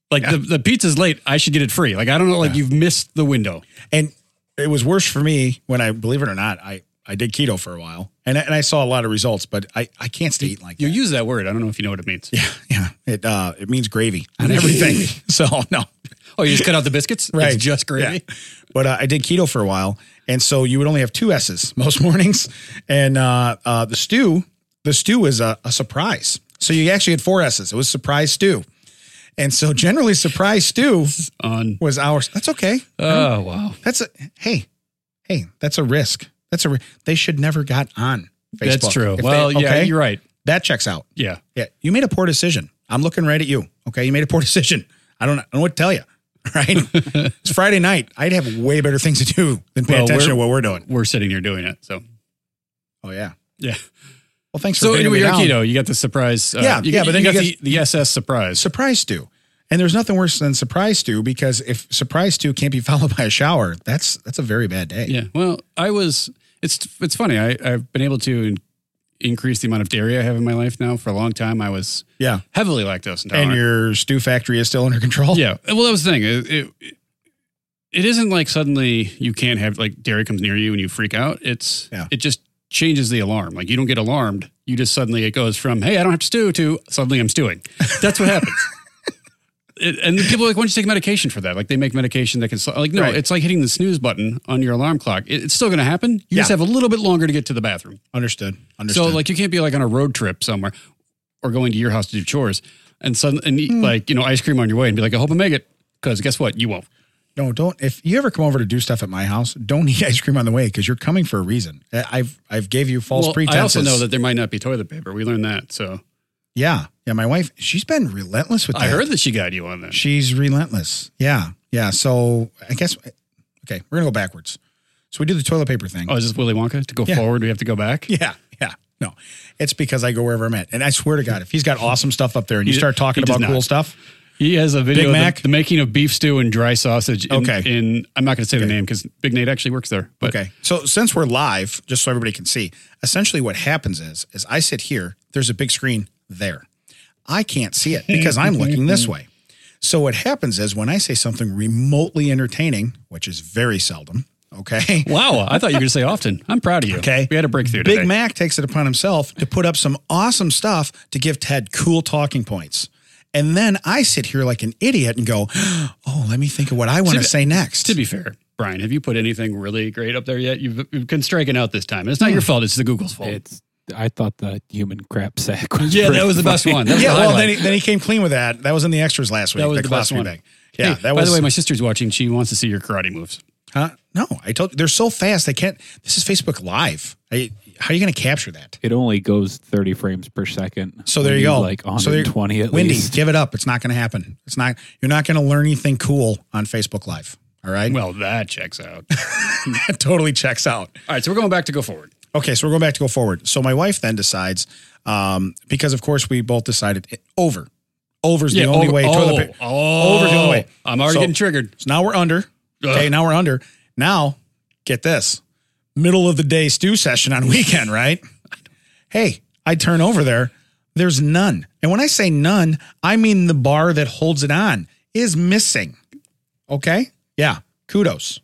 [SPEAKER 1] Like the, the pizza's late. I should get it free. Like I don't know. Like you've missed the window.
[SPEAKER 2] And it was worse for me when I believe it or not, I I did keto for a while, and I, and I saw a lot of results. But I I can't stay eating like
[SPEAKER 1] You
[SPEAKER 2] that.
[SPEAKER 1] use that word. I don't know if you know what it means.
[SPEAKER 2] Yeah, yeah. It uh, it means gravy on everything. so no,
[SPEAKER 1] Oh, you just cut out the biscuits.
[SPEAKER 2] Right.
[SPEAKER 1] It's just gravy.
[SPEAKER 2] Yeah. But uh, I did keto for a while, and so you would only have two S's most mornings, and uh, uh, the stew, the stew is a, a surprise. So you actually had four S's. It was surprise stew, and so generally surprise stew
[SPEAKER 1] On
[SPEAKER 2] was ours. That's okay.
[SPEAKER 1] oh wow.
[SPEAKER 2] That's a hey, hey. That's a risk. That's a ri- they should never got on. Facebook.
[SPEAKER 1] That's true.
[SPEAKER 2] If they-
[SPEAKER 1] well, yeah,
[SPEAKER 2] okay?
[SPEAKER 1] you're right.
[SPEAKER 2] that checks out.
[SPEAKER 1] Yeah.
[SPEAKER 2] Yeah, you made a poor decision. I'm looking right at you. Okay, you made a poor decision. I don't, I don't know what to tell you. Right? it's Friday night. I'd have way better things to do than pay
[SPEAKER 1] Well,
[SPEAKER 2] attention to
[SPEAKER 1] we're-
[SPEAKER 2] what we're doing.
[SPEAKER 1] We're sitting here doing it. So
[SPEAKER 2] Oh yeah.
[SPEAKER 1] yeah.
[SPEAKER 2] Well, thanks for
[SPEAKER 1] So
[SPEAKER 2] bringing me
[SPEAKER 1] anyway, you're
[SPEAKER 2] down.
[SPEAKER 1] keto. You got the surprise. Uh,
[SPEAKER 2] Yeah,
[SPEAKER 1] you,
[SPEAKER 2] yeah,
[SPEAKER 1] got-
[SPEAKER 2] but
[SPEAKER 1] you
[SPEAKER 2] then
[SPEAKER 1] got
[SPEAKER 2] you
[SPEAKER 1] the, the SS surprise.
[SPEAKER 2] surprise stew. And there's nothing worse than surprise stew because if surprise stew can't be followed by a shower, that's that's a very bad day.
[SPEAKER 1] Yeah. Well, I was. It's it's funny. I I've been able to in, increase the amount of dairy I have in my life now for a long time. I was
[SPEAKER 2] Yeah.
[SPEAKER 1] heavily lactose intolerant.
[SPEAKER 2] And your stew factory is still under control.
[SPEAKER 1] yeah. Well, that was the thing. It, it, it isn't like suddenly you can't have like dairy comes near you and you freak out. It's
[SPEAKER 2] Yeah.
[SPEAKER 1] it just changes the alarm. Like you don't get alarmed. You just suddenly it goes from hey I don't have to stew to suddenly I'm stewing. That's what happens. It, and then people are like, why don't you take medication for that? Like they make medication that can sl- like no,
[SPEAKER 2] Right.
[SPEAKER 1] it's like hitting the snooze button on your alarm clock. It- it's still going to happen. You just
[SPEAKER 2] Yeah.
[SPEAKER 1] have a little bit longer to get to the bathroom.
[SPEAKER 2] Understood. Understood.
[SPEAKER 1] So like you can't be like on a road trip somewhere or going to your house to do chores and suddenly and eat
[SPEAKER 2] Hmm.
[SPEAKER 1] like you know ice cream on your way and be like I hope I make it because guess what you won't.
[SPEAKER 2] No, don't. If you ever come over to do stuff at my house, don't eat ice cream on the way because you're coming for a reason. I- I've I've gave you false
[SPEAKER 1] Well,
[SPEAKER 2] pretenses.
[SPEAKER 1] I also know that there might not be toilet paper. We learned that. So
[SPEAKER 2] Yeah, yeah. My wife, she's been relentless with that.
[SPEAKER 1] I heard that she got you on that.
[SPEAKER 2] she's relentless. Yeah, yeah. So I guess okay, we're gonna go backwards. So we do the toilet paper thing.
[SPEAKER 1] Oh, is this Willy Wonka? To go
[SPEAKER 2] Yeah.
[SPEAKER 1] forward, we have to go back.
[SPEAKER 2] Yeah, yeah. No, it's because I go wherever I'm at, and I swear to God, if he's got awesome stuff up there, and you
[SPEAKER 1] He-
[SPEAKER 2] start talking
[SPEAKER 1] he does
[SPEAKER 2] about
[SPEAKER 1] not.
[SPEAKER 2] cool stuff,
[SPEAKER 1] He has a video
[SPEAKER 2] Big
[SPEAKER 1] of the-
[SPEAKER 2] Mac?
[SPEAKER 1] The, making of beef stew and dry sausage. In,
[SPEAKER 2] Okay.
[SPEAKER 1] In I'm not going to say the name because Big Nate actually works there. But
[SPEAKER 2] Okay. So since we're live, just so everybody can see, essentially what happens is is I sit here, there's a big screen there. I can't see it because I'm looking this way. So what happens is when I say something remotely entertaining, which is very seldom, okay?
[SPEAKER 1] wow, I thought you were going to say often. I'm proud of you.
[SPEAKER 2] Okay.
[SPEAKER 1] We had a breakthrough today.
[SPEAKER 2] Big Mac takes it upon himself to put up some awesome stuff to give Ted cool talking points. And then I sit here like an idiot and go, "Oh, let me think of what I want to say next."
[SPEAKER 1] To be fair,
[SPEAKER 2] Hmm.
[SPEAKER 1] Brian, have you put anything really great up there yet? You've, you've been striking out this time. It's not your fault. It's the Google's fault.
[SPEAKER 3] It's I thought the human crap sack. Was
[SPEAKER 1] Oh. Yeah, that
[SPEAKER 3] pretty
[SPEAKER 1] was the best
[SPEAKER 3] funny.
[SPEAKER 1] one. That was
[SPEAKER 2] yeah,
[SPEAKER 1] the
[SPEAKER 2] well,
[SPEAKER 1] highlight.
[SPEAKER 2] then he, then he came clean with that. That was in the extras last week.
[SPEAKER 1] That was the
[SPEAKER 2] colostomy
[SPEAKER 1] best one.
[SPEAKER 2] bag. Yeah,
[SPEAKER 1] Hey,
[SPEAKER 2] that
[SPEAKER 1] by
[SPEAKER 2] was.
[SPEAKER 1] the way, my sister's watching. She wants to see your karate moves.
[SPEAKER 2] huh? No, I told you they're so fast. They can't. This is Facebook Live. I, how are you going to capture that?
[SPEAKER 3] It only goes 30 frames per second.
[SPEAKER 2] So there
[SPEAKER 3] We
[SPEAKER 2] you
[SPEAKER 3] need
[SPEAKER 2] go.
[SPEAKER 3] Like
[SPEAKER 2] so there-
[SPEAKER 3] 120 at
[SPEAKER 2] Wendy,
[SPEAKER 3] least.
[SPEAKER 2] give it up. It's not going to happen. It's not. You're not going to learn anything cool on Facebook Live. All right.
[SPEAKER 1] Well, that checks out.
[SPEAKER 2] that totally checks out.
[SPEAKER 1] All right, so we're going back to go forward.
[SPEAKER 2] Okay, so we're going back to go forward. So my wife then decides, um, because of course we both decided it, over. Over's the only
[SPEAKER 1] over-
[SPEAKER 2] way.
[SPEAKER 1] Oh,
[SPEAKER 2] toilet pa-
[SPEAKER 1] oh,
[SPEAKER 2] Over's the only way.
[SPEAKER 1] I'm already
[SPEAKER 2] So-
[SPEAKER 1] getting triggered.
[SPEAKER 2] So now we're under. Okay, now we're under. Now, get this. Middle of the day stew session on weekend, right? Hey, I turn over there. There's none. And when I say none, I mean the bar that holds it on is missing. Okay? Yeah. Kudos.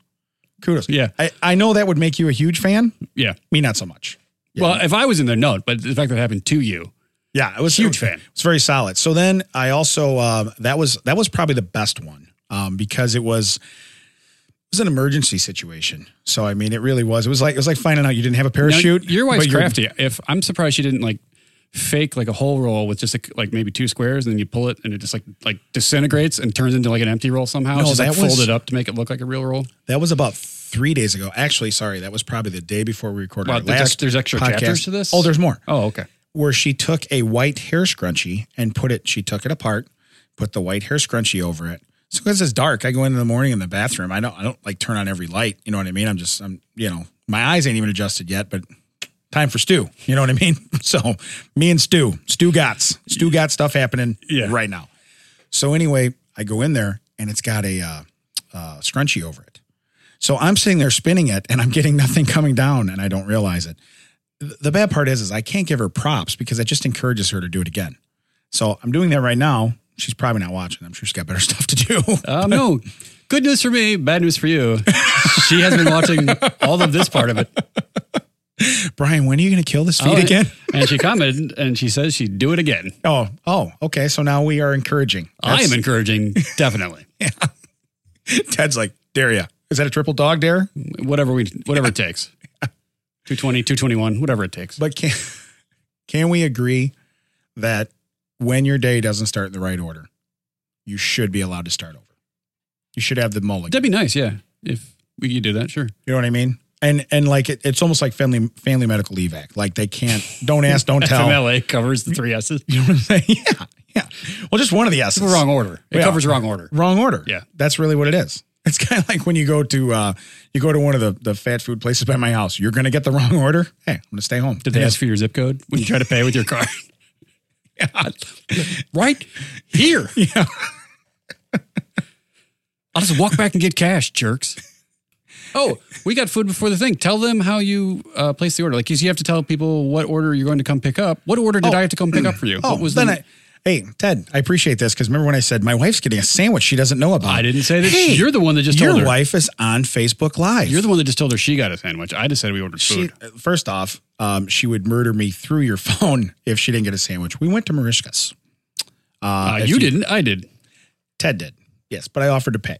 [SPEAKER 2] Kudos.
[SPEAKER 1] Yeah.
[SPEAKER 2] I, I know that would make you a huge fan.
[SPEAKER 1] Yeah.
[SPEAKER 2] Me, not so much.
[SPEAKER 1] Well, if I was in there, no. But the fact that it happened to you,
[SPEAKER 2] Yeah, I was
[SPEAKER 1] Huge
[SPEAKER 2] it was-
[SPEAKER 1] fan.
[SPEAKER 2] It was very solid. So then I also um, that was that was probably the best one um, because it was it was an emergency situation. So I mean, it really was. It was like it was like finding out you didn't have a
[SPEAKER 1] Now,
[SPEAKER 2] parachute.
[SPEAKER 1] your wife's
[SPEAKER 2] but you're-
[SPEAKER 1] crafty. If I'm surprised she didn't like fake like a whole roll with just like, like maybe two squares, and then you pull it and it just like like disintegrates and turns into like an empty roll somehow.
[SPEAKER 2] No,
[SPEAKER 1] She's like
[SPEAKER 2] that was-
[SPEAKER 1] folded up to make it look like a real roll.
[SPEAKER 2] That was about three days ago. Actually, sorry, that was probably the day before we recorded
[SPEAKER 1] Wow,
[SPEAKER 2] our
[SPEAKER 1] there's ex-
[SPEAKER 2] last.
[SPEAKER 1] there's extra
[SPEAKER 2] podcast.
[SPEAKER 1] chapters to this?
[SPEAKER 2] Oh, there's more.
[SPEAKER 1] Oh, okay.
[SPEAKER 2] where she took a white hair scrunchie and put it, she took it apart, put the white hair scrunchie over it. So because it's dark, I go in in the morning in the bathroom. I don't, I don't like turn on every light. You know what I mean? I'm just, I'm, you know, my eyes ain't even adjusted yet, but time for stew. You know what I mean? So me and Stu, Stu Gotts, Stu got stuff happening
[SPEAKER 1] Yeah.
[SPEAKER 2] right now. So anyway, I go in there and it's got a uh, uh, scrunchie over it. So I'm sitting there spinning it and I'm getting nothing coming down and I don't realize it. Th- The bad part is, is I can't give her props because that just encourages her to do it again. So I'm doing that right now. She's probably not watching. I'm sure she's got better stuff to do.
[SPEAKER 1] Um, no, good news for me, bad news for you. she has been watching all of this part of it.
[SPEAKER 2] Brian, when are you going to kill this feed
[SPEAKER 1] Oh, and-
[SPEAKER 2] again?
[SPEAKER 1] And she commented and she says she'd do it again.
[SPEAKER 2] Oh, oh, okay. So now we are encouraging.
[SPEAKER 1] I am
[SPEAKER 2] That's-
[SPEAKER 1] encouraging, definitely.
[SPEAKER 2] Ted's like, dare ya? Is that a triple dog dare?
[SPEAKER 1] whatever we whatever it takes. 220, 221, whatever it takes.
[SPEAKER 2] But can can we agree that when your day doesn't start in the right order, you should be allowed to start over? You should have the mulligan.
[SPEAKER 1] That'd be nice, yeah. If we could do that, sure.
[SPEAKER 2] You know what I mean? And and like it, it's almost like family family medical leave act. Like they can't don't ask, don't tell.
[SPEAKER 1] FMLA covers the three S's.
[SPEAKER 2] You know what I'm saying? Yeah, yeah. Well, just one of the S's.
[SPEAKER 1] It's the wrong order. It
[SPEAKER 2] Yeah.
[SPEAKER 1] covers wrong order.
[SPEAKER 2] wrong order.
[SPEAKER 1] Yeah.
[SPEAKER 2] that's really what it is. It's kind of like when you go to uh, you go to one of the, the fat food places by my house. You're gonna get the wrong order. Hey, I'm gonna stay home.
[SPEAKER 1] Did they ask for your zip code when you try to pay with your card? right here.
[SPEAKER 2] Yeah.
[SPEAKER 1] I'll just walk back and get cash, jerks. Oh, we got food before the thing. Tell them how you uh, place the order. Like, 'cause you have to tell people what order you're going to come pick up. What order did I have to come pick up for you?
[SPEAKER 2] Oh,
[SPEAKER 1] what was
[SPEAKER 2] then
[SPEAKER 1] the-
[SPEAKER 2] I, hey, Ted, I appreciate this because remember when I said my wife's getting a sandwich she doesn't know about?
[SPEAKER 1] I didn't say that.
[SPEAKER 2] Hey,
[SPEAKER 1] You're the one that just
[SPEAKER 2] your
[SPEAKER 1] told her.
[SPEAKER 2] wife is on Facebook Live.
[SPEAKER 1] You're the one that just told her she got a sandwich. I just said we ordered
[SPEAKER 2] she,
[SPEAKER 1] food.
[SPEAKER 2] first off, um, she would murder me through your phone if she didn't get a sandwich. We went to Marishka's.
[SPEAKER 1] Uh,
[SPEAKER 2] if
[SPEAKER 1] you didn't. I did.
[SPEAKER 2] Ted did. Yes, but I offered to pay.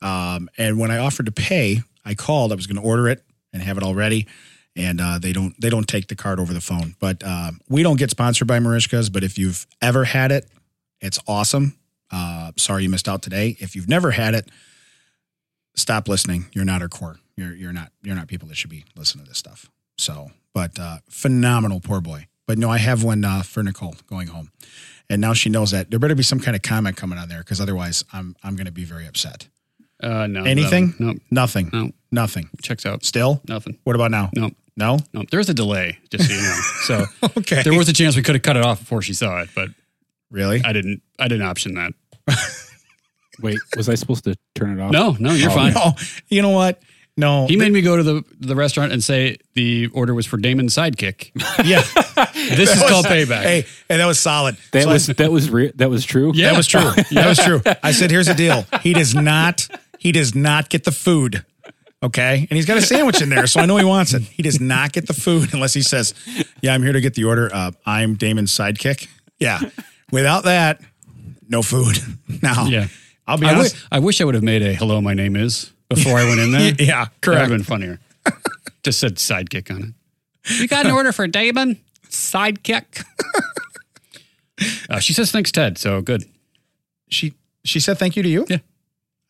[SPEAKER 2] Um, and when I offered to pay, I called. I was going to order it and have it all ready. And uh, they don't they don't take the card over the phone. But um, we don't get sponsored by Marishka's. But if you've ever had it, it's awesome. Uh, sorry you missed out today. If you've never had it, stop listening. You're not our core. You're you're not you're not people that should be listening to this stuff. So, but uh, phenomenal, poor boy. But no, I have one uh, for Nicole going home, and now she knows that there better be some kind of comment coming on there because otherwise, I'm I'm going to be very upset.
[SPEAKER 1] Uh, no.
[SPEAKER 2] Anything?
[SPEAKER 1] No. Nope.
[SPEAKER 2] Nothing.
[SPEAKER 1] No.
[SPEAKER 2] Nothing.
[SPEAKER 1] Checks out.
[SPEAKER 2] Still.
[SPEAKER 1] Nothing.
[SPEAKER 2] What about now?
[SPEAKER 1] Nope.
[SPEAKER 2] No.
[SPEAKER 1] Nope. There was Oh, a delay, just so you know. So
[SPEAKER 2] Okay.
[SPEAKER 1] there was a chance we could have cut it off before she saw it, but
[SPEAKER 2] really?
[SPEAKER 1] I didn't. I didn't option that.
[SPEAKER 3] Wait, was I supposed to turn it off?
[SPEAKER 1] No. No. You're
[SPEAKER 3] Oh,
[SPEAKER 1] fine.
[SPEAKER 2] no. You know what? No.
[SPEAKER 1] He made me go to the the restaurant and say the order was for Damon's sidekick.
[SPEAKER 2] yeah.
[SPEAKER 1] This is called payback.
[SPEAKER 2] Hey, and that was solid.
[SPEAKER 3] That
[SPEAKER 2] So I-
[SPEAKER 3] was that was re- that was true.
[SPEAKER 1] Yeah.
[SPEAKER 2] That was true. That was true. I said, "Here's the deal. He does not. He does not get the food. Okay, and he's got a sandwich in there, so I know he wants it. He does not get the food unless he says, "Yeah, I'm here to get the order. Uh, I'm Damon's sidekick. Yeah. Without that, no food. Now,
[SPEAKER 1] Yeah.
[SPEAKER 2] I'll be
[SPEAKER 1] I, w-
[SPEAKER 2] honest.
[SPEAKER 1] I wish I would have made a hello, my name is before I went in there. That
[SPEAKER 2] yeah,
[SPEAKER 1] would have
[SPEAKER 2] correct.
[SPEAKER 1] been funnier. just said sidekick on it. You got an order for Damon sidekick. uh, she says thanks, Ted. So good.
[SPEAKER 2] She she said thank you to you.
[SPEAKER 1] Yeah.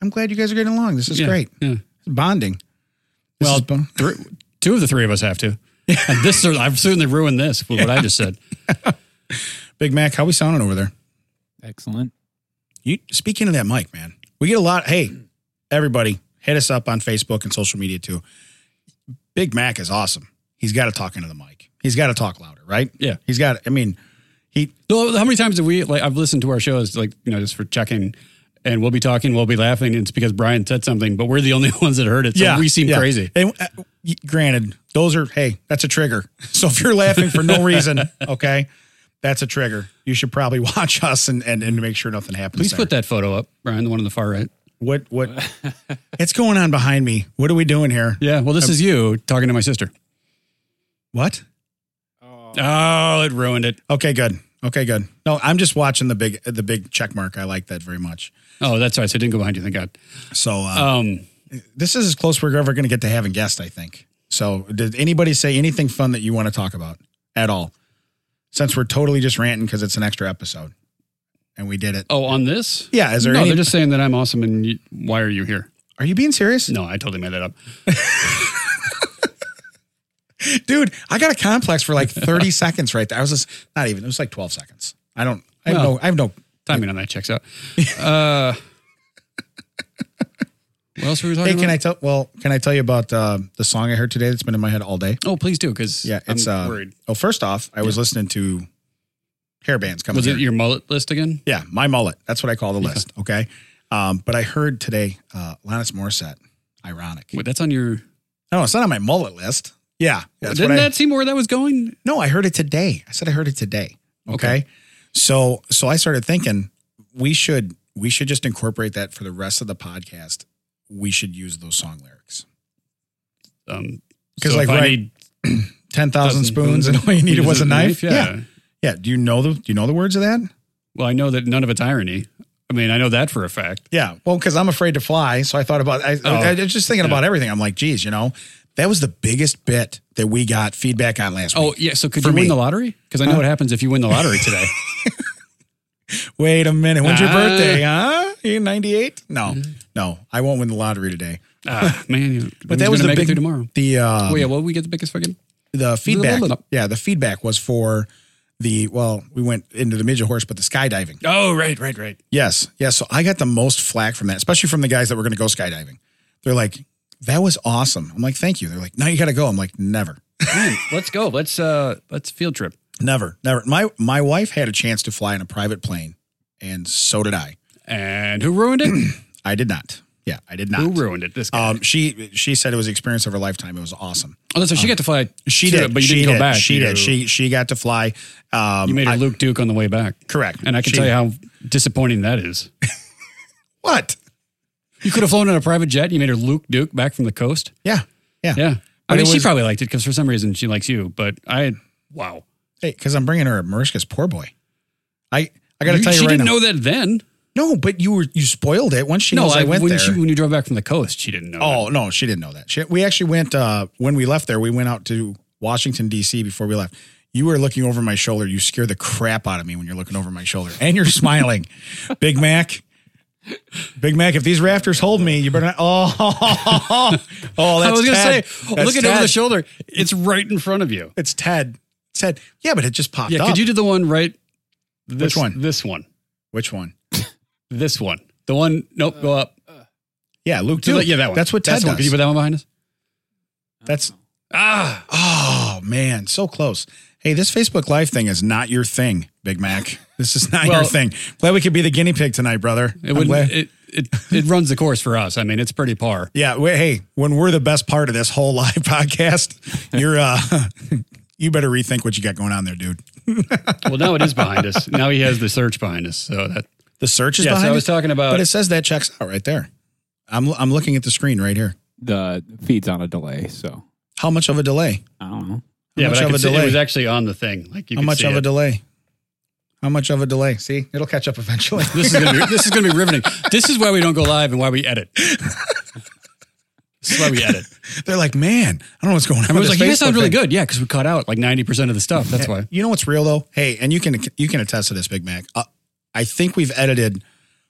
[SPEAKER 2] I'm glad you guys are getting along. This is
[SPEAKER 1] Yeah,
[SPEAKER 2] great.
[SPEAKER 1] Yeah.
[SPEAKER 2] Bonding. This
[SPEAKER 1] Well,
[SPEAKER 2] is bon-
[SPEAKER 1] three, two of the three of us have to. And this, I've certainly ruined this with what I just said.
[SPEAKER 2] Big Mac, how we sounding over there?
[SPEAKER 3] Excellent.
[SPEAKER 2] You speaking of that mic, man. We get a lot. Hey, everybody, hit us up on Facebook and social media too. Big Mac is awesome. He's got to talk into the mic. He's got to talk louder, right?
[SPEAKER 1] Yeah.
[SPEAKER 2] He's got. I mean, he.
[SPEAKER 1] So how many times have we like I've listened to our shows like you know just for checking, and we'll be talking, we'll be laughing. And it's because Brian said something, but we're the only ones that heard it. So we seem
[SPEAKER 2] yeah.
[SPEAKER 1] crazy.
[SPEAKER 2] And, uh, y- granted, those are. Hey, that's a trigger. So if you're laughing for no reason, okay, that's a trigger. You should probably watch us and and, and make sure nothing happens.
[SPEAKER 1] Please
[SPEAKER 2] there.
[SPEAKER 1] put that photo up, Brian, the one on the far right.
[SPEAKER 2] what what. it's going on behind me. What are we doing here?
[SPEAKER 1] Yeah. Well,
[SPEAKER 2] Um,
[SPEAKER 1] this is you talking to my sister.
[SPEAKER 2] What?
[SPEAKER 1] Oh, it ruined it.
[SPEAKER 2] Okay, good. Okay, good. No, I'm just watching the big the big check mark. I like that very much.
[SPEAKER 1] Oh, that's right. So it didn't go behind you. Thank God.
[SPEAKER 2] So uh,
[SPEAKER 1] Um,
[SPEAKER 2] this is as close we're ever going to get to having guests, I think. So did anybody say anything fun that you want to talk about at all? Since we're totally just ranting because it's an extra episode, and we did it.
[SPEAKER 1] oh, on this.
[SPEAKER 2] Yeah, is there
[SPEAKER 1] No,
[SPEAKER 2] any?
[SPEAKER 1] they're just saying that I'm awesome, and you, why are you here?
[SPEAKER 2] are you being serious,
[SPEAKER 1] No, I totally made that up.
[SPEAKER 2] dude? I got a complex for like 30 seconds right there. I was just not even. It was like 12 seconds. I don't. I have
[SPEAKER 1] Well-
[SPEAKER 2] no. I have no.
[SPEAKER 1] Timing on that checks out. Uh, what else were we talking
[SPEAKER 2] Hey, can
[SPEAKER 1] about?
[SPEAKER 2] I tell? Well, can I tell you about uh, the song I heard today that's been in my head all day?
[SPEAKER 1] oh, please do, because
[SPEAKER 2] Yeah, it's
[SPEAKER 1] I'm
[SPEAKER 2] uh,
[SPEAKER 1] worried.
[SPEAKER 2] Oh, first off, I was listening to hair bands coming.
[SPEAKER 1] Was it
[SPEAKER 2] here.
[SPEAKER 1] your mullet list again?
[SPEAKER 2] yeah, my mullet. That's what I call the list. Okay, um, but I heard today uh, Lannis Morissette. Ironic.
[SPEAKER 1] Wait, that's on your.
[SPEAKER 2] No, it's not on my mullet list. Yeah, that's
[SPEAKER 1] didn't
[SPEAKER 2] what I-
[SPEAKER 1] that seem where that was going?
[SPEAKER 2] no, I heard it today. I said I heard it today. Okay,
[SPEAKER 1] Okay.
[SPEAKER 2] so so I started thinking we should we should just incorporate that for the rest of the podcast. We should use those song lyrics.
[SPEAKER 1] Um,
[SPEAKER 2] 'Cause,
[SPEAKER 1] so
[SPEAKER 2] like,
[SPEAKER 1] if I
[SPEAKER 2] right-
[SPEAKER 1] need
[SPEAKER 2] Ten
[SPEAKER 1] 1,000
[SPEAKER 2] thousand spoons, and all you needed was a knife.
[SPEAKER 1] Yeah.
[SPEAKER 2] yeah, yeah. Do you know the Do you know the words of that?
[SPEAKER 1] Well, I know that none of it's irony. I mean, I know that for a fact.
[SPEAKER 2] Yeah. Well, because I'm afraid to fly. So I thought about, I,
[SPEAKER 1] Oh.
[SPEAKER 2] I, I was just thinking about everything. I'm like, geez, you know, that was the biggest bit that we got feedback on last
[SPEAKER 1] Oh,
[SPEAKER 2] week.
[SPEAKER 1] yeah. So could
[SPEAKER 2] For
[SPEAKER 1] you
[SPEAKER 2] me.
[SPEAKER 1] win the lottery? Because I know what happens if you win the lottery today.
[SPEAKER 2] Wait a minute. When's your
[SPEAKER 1] Oh. Ah. Mm-hmm.
[SPEAKER 2] birthday? Huh? You 98? No, no, I won't win the lottery today.
[SPEAKER 1] ah, man. you- who's
[SPEAKER 2] But that was
[SPEAKER 1] gonna make
[SPEAKER 2] the
[SPEAKER 1] it
[SPEAKER 2] big,
[SPEAKER 1] through tomorrow.
[SPEAKER 2] the, uh,
[SPEAKER 1] Oh, yeah. Well, we get the biggest fucking.
[SPEAKER 2] the feedback.
[SPEAKER 1] blah, blah.
[SPEAKER 2] Yeah. The feedback was for the, well, we went into the midget horse, but the skydiving.
[SPEAKER 1] Oh, right, right, right.
[SPEAKER 2] Yes, yes. So I got the most flack from that, especially from the guys that were going to go skydiving. They're like, "That was awesome." I'm like, "Thank you." They're like, "Now you got to go." I'm like, "Never,
[SPEAKER 1] Man, let's go. Let's uh, let's field trip.
[SPEAKER 2] never, never." My my wife had a chance to fly in a private plane, and so did I.
[SPEAKER 1] And who ruined it?
[SPEAKER 2] I did not. Yeah, I did not.
[SPEAKER 1] who ruined it? This guy.
[SPEAKER 2] Um, she she said it was the experience of her lifetime. It was awesome.
[SPEAKER 1] oh, that's right. She got to fly.
[SPEAKER 2] She
[SPEAKER 1] to
[SPEAKER 2] did,
[SPEAKER 1] it, but you
[SPEAKER 2] she
[SPEAKER 1] didn't
[SPEAKER 2] did,
[SPEAKER 1] go back.
[SPEAKER 2] She
[SPEAKER 1] you,
[SPEAKER 2] did. She she got to fly. Um,
[SPEAKER 1] you made a
[SPEAKER 2] I-
[SPEAKER 1] Luke Duke on the way back.
[SPEAKER 2] correct,
[SPEAKER 1] And I can
[SPEAKER 2] She-
[SPEAKER 1] tell you how disappointing that is.
[SPEAKER 2] what.
[SPEAKER 1] You could have flown on a private jet. You made her Luke Duke back from the coast.
[SPEAKER 2] Yeah, yeah.
[SPEAKER 1] Yeah. I
[SPEAKER 2] But
[SPEAKER 1] mean,
[SPEAKER 2] it
[SPEAKER 1] she
[SPEAKER 2] was-
[SPEAKER 1] probably liked it because for some reason she likes you, but I, wow.
[SPEAKER 2] Hey, because I'm bringing her a Mariska's poor boy. I I got to
[SPEAKER 1] You-
[SPEAKER 2] tell you
[SPEAKER 1] she
[SPEAKER 2] right
[SPEAKER 1] didn't
[SPEAKER 2] now.
[SPEAKER 1] know that then.
[SPEAKER 2] No, but you were you spoiled it once she
[SPEAKER 1] no,
[SPEAKER 2] knows I, went
[SPEAKER 1] when,
[SPEAKER 2] there.
[SPEAKER 1] She, when you drove back from the coast, she didn't know. that.
[SPEAKER 2] oh no, she didn't know that. She, we actually went uh, when we left there. We went out to Washington D.C. before we left. You were looking over my shoulder. You scare the crap out of me when you're looking over my shoulder, and you're smiling, Big Mac. Big Mac, if these rafters hold me, you better not. Oh, oh,
[SPEAKER 1] I
[SPEAKER 2] that's
[SPEAKER 1] was going to say,
[SPEAKER 2] Ted. That's
[SPEAKER 1] looking over the
[SPEAKER 2] Ted.
[SPEAKER 1] shoulder, it's right in front of you.
[SPEAKER 2] It's Ted. It's Ted. Yeah, but it just popped
[SPEAKER 1] Yeah.
[SPEAKER 2] up.
[SPEAKER 1] Could you do the one right? This,
[SPEAKER 2] one?
[SPEAKER 1] This one.
[SPEAKER 2] Which one?
[SPEAKER 1] This one. The one. Nope. go up.
[SPEAKER 2] Yeah, Luke.
[SPEAKER 1] To
[SPEAKER 2] Duke.
[SPEAKER 1] the- yeah, that one.
[SPEAKER 2] That's what Ted
[SPEAKER 1] That's the one. Could you
[SPEAKER 2] does.
[SPEAKER 1] put that one behind us?
[SPEAKER 2] That's
[SPEAKER 1] Ah.
[SPEAKER 2] Oh man, so close. Hey, this Facebook Live thing is not your thing, Big Mac. This is not
[SPEAKER 1] Well-
[SPEAKER 2] your thing. Glad we could be the guinea pig tonight, brother.
[SPEAKER 1] It
[SPEAKER 2] I'm
[SPEAKER 1] would.
[SPEAKER 2] glad-
[SPEAKER 1] It, it it runs the course for us. I mean, it's pretty par.
[SPEAKER 2] yeah. we- hey, when we're the best part of this whole live podcast, you're uh, you better rethink what you got going on there, dude.
[SPEAKER 1] Well, now it is behind us. Now he has the search behind us. So that.
[SPEAKER 2] The search is
[SPEAKER 1] Yeah.
[SPEAKER 2] behind.
[SPEAKER 1] So I
[SPEAKER 2] us,
[SPEAKER 1] was talking about.
[SPEAKER 2] but it says that checks out right there. I'm I'm looking at the screen right here.
[SPEAKER 3] The feed's on a delay, so
[SPEAKER 2] How much of a delay?
[SPEAKER 3] I don't know.
[SPEAKER 2] How
[SPEAKER 1] yeah,
[SPEAKER 2] much
[SPEAKER 1] but I
[SPEAKER 2] of a
[SPEAKER 1] could see,
[SPEAKER 2] delay?
[SPEAKER 1] it was actually on the thing. Like you
[SPEAKER 2] How
[SPEAKER 1] could
[SPEAKER 2] much
[SPEAKER 1] see
[SPEAKER 2] of
[SPEAKER 1] it.
[SPEAKER 2] a delay? How much of a delay? See, it'll catch up eventually.
[SPEAKER 1] This is gonna be this is gonna be riveting. This is why we don't go live and why we edit. Slowly edit.
[SPEAKER 2] They're like, man, I don't know what's going on.
[SPEAKER 1] I was
[SPEAKER 2] with
[SPEAKER 1] like,
[SPEAKER 2] this
[SPEAKER 1] you guys sound
[SPEAKER 2] Facebook
[SPEAKER 1] really
[SPEAKER 2] thing."
[SPEAKER 1] good. Yeah, because we cut out like 90% of the stuff. That's why.
[SPEAKER 2] You know what's real though? Hey, and you can you can attest to this, Big Mac. Uh, I think we've edited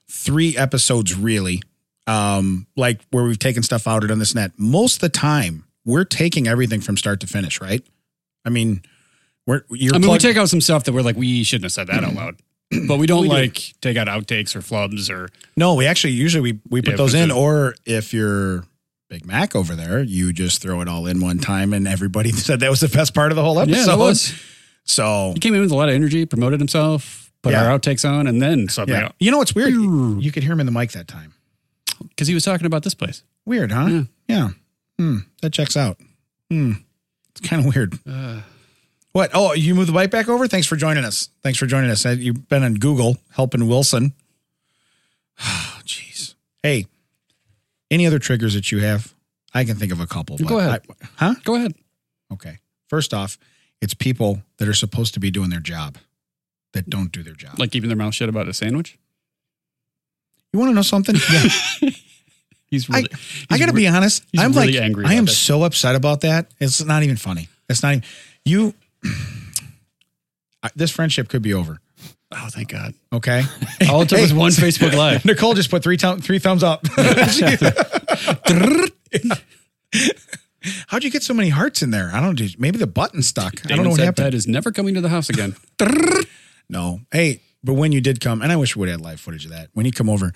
[SPEAKER 2] three episodes really, um, like where we've taken stuff out or done this and that. Most of the time, we're taking everything from start to finish, right? I mean, we're you're
[SPEAKER 1] I mean,
[SPEAKER 2] plugged-
[SPEAKER 1] we take out some stuff that we're like, we shouldn't have said that out loud. But we don't
[SPEAKER 2] We do.
[SPEAKER 1] like take out outtakes or flubs or
[SPEAKER 2] no, we actually usually we we put
[SPEAKER 1] Yeah,
[SPEAKER 2] those
[SPEAKER 1] put
[SPEAKER 2] in,
[SPEAKER 1] the-
[SPEAKER 2] or if you're Big Mac over there, you just throw it all in one time, and everybody said that was the best part of the whole episode.
[SPEAKER 1] yeah, that was.
[SPEAKER 2] So
[SPEAKER 1] He came in with a lot of energy, promoted himself, put
[SPEAKER 2] Yeah.
[SPEAKER 1] our outtakes on, and then suddenly
[SPEAKER 2] yeah, you know what's weird? You could hear him in the mic that time.
[SPEAKER 1] because he was talking about this place.
[SPEAKER 2] Weird, huh?
[SPEAKER 1] Yeah.
[SPEAKER 2] Yeah. Hmm. That checks out. Hmm. It's kind of weird. What? Oh, you moved the bike back over? Thanks for joining us. Thanks for joining us. Uh, You've been on Google helping Wilson. Oh, jeez. Hey, any other triggers that you have? I can think of a couple.
[SPEAKER 1] Go
[SPEAKER 2] but
[SPEAKER 1] ahead.
[SPEAKER 2] I- huh?
[SPEAKER 1] Go ahead.
[SPEAKER 2] Okay. First off, it's people that are supposed to be doing their job that don't do their job.
[SPEAKER 1] Like keeping their mouth shut about a sandwich.
[SPEAKER 2] you want to know something?
[SPEAKER 1] He's really.
[SPEAKER 2] I
[SPEAKER 1] he's
[SPEAKER 2] got to
[SPEAKER 1] re-
[SPEAKER 2] be honest.
[SPEAKER 1] he's
[SPEAKER 2] I'm
[SPEAKER 1] really
[SPEAKER 2] like
[SPEAKER 1] angry
[SPEAKER 2] I
[SPEAKER 1] about
[SPEAKER 2] am
[SPEAKER 1] that.
[SPEAKER 2] so upset about that. It's not even funny. It's not even you. I- this friendship could be over.
[SPEAKER 1] Oh, thank God.
[SPEAKER 2] Okay.
[SPEAKER 1] All it took was one Facebook Live.
[SPEAKER 2] Nicole just put three thou- three thumbs up. How'd you get so many hearts in there? I don't. do- Maybe the button stuck. I don't know what
[SPEAKER 1] said
[SPEAKER 2] happened.
[SPEAKER 1] Ted is never coming to the house again.
[SPEAKER 2] No. Hey, but when you did come, and I wish we would have had live footage of that. When you come over,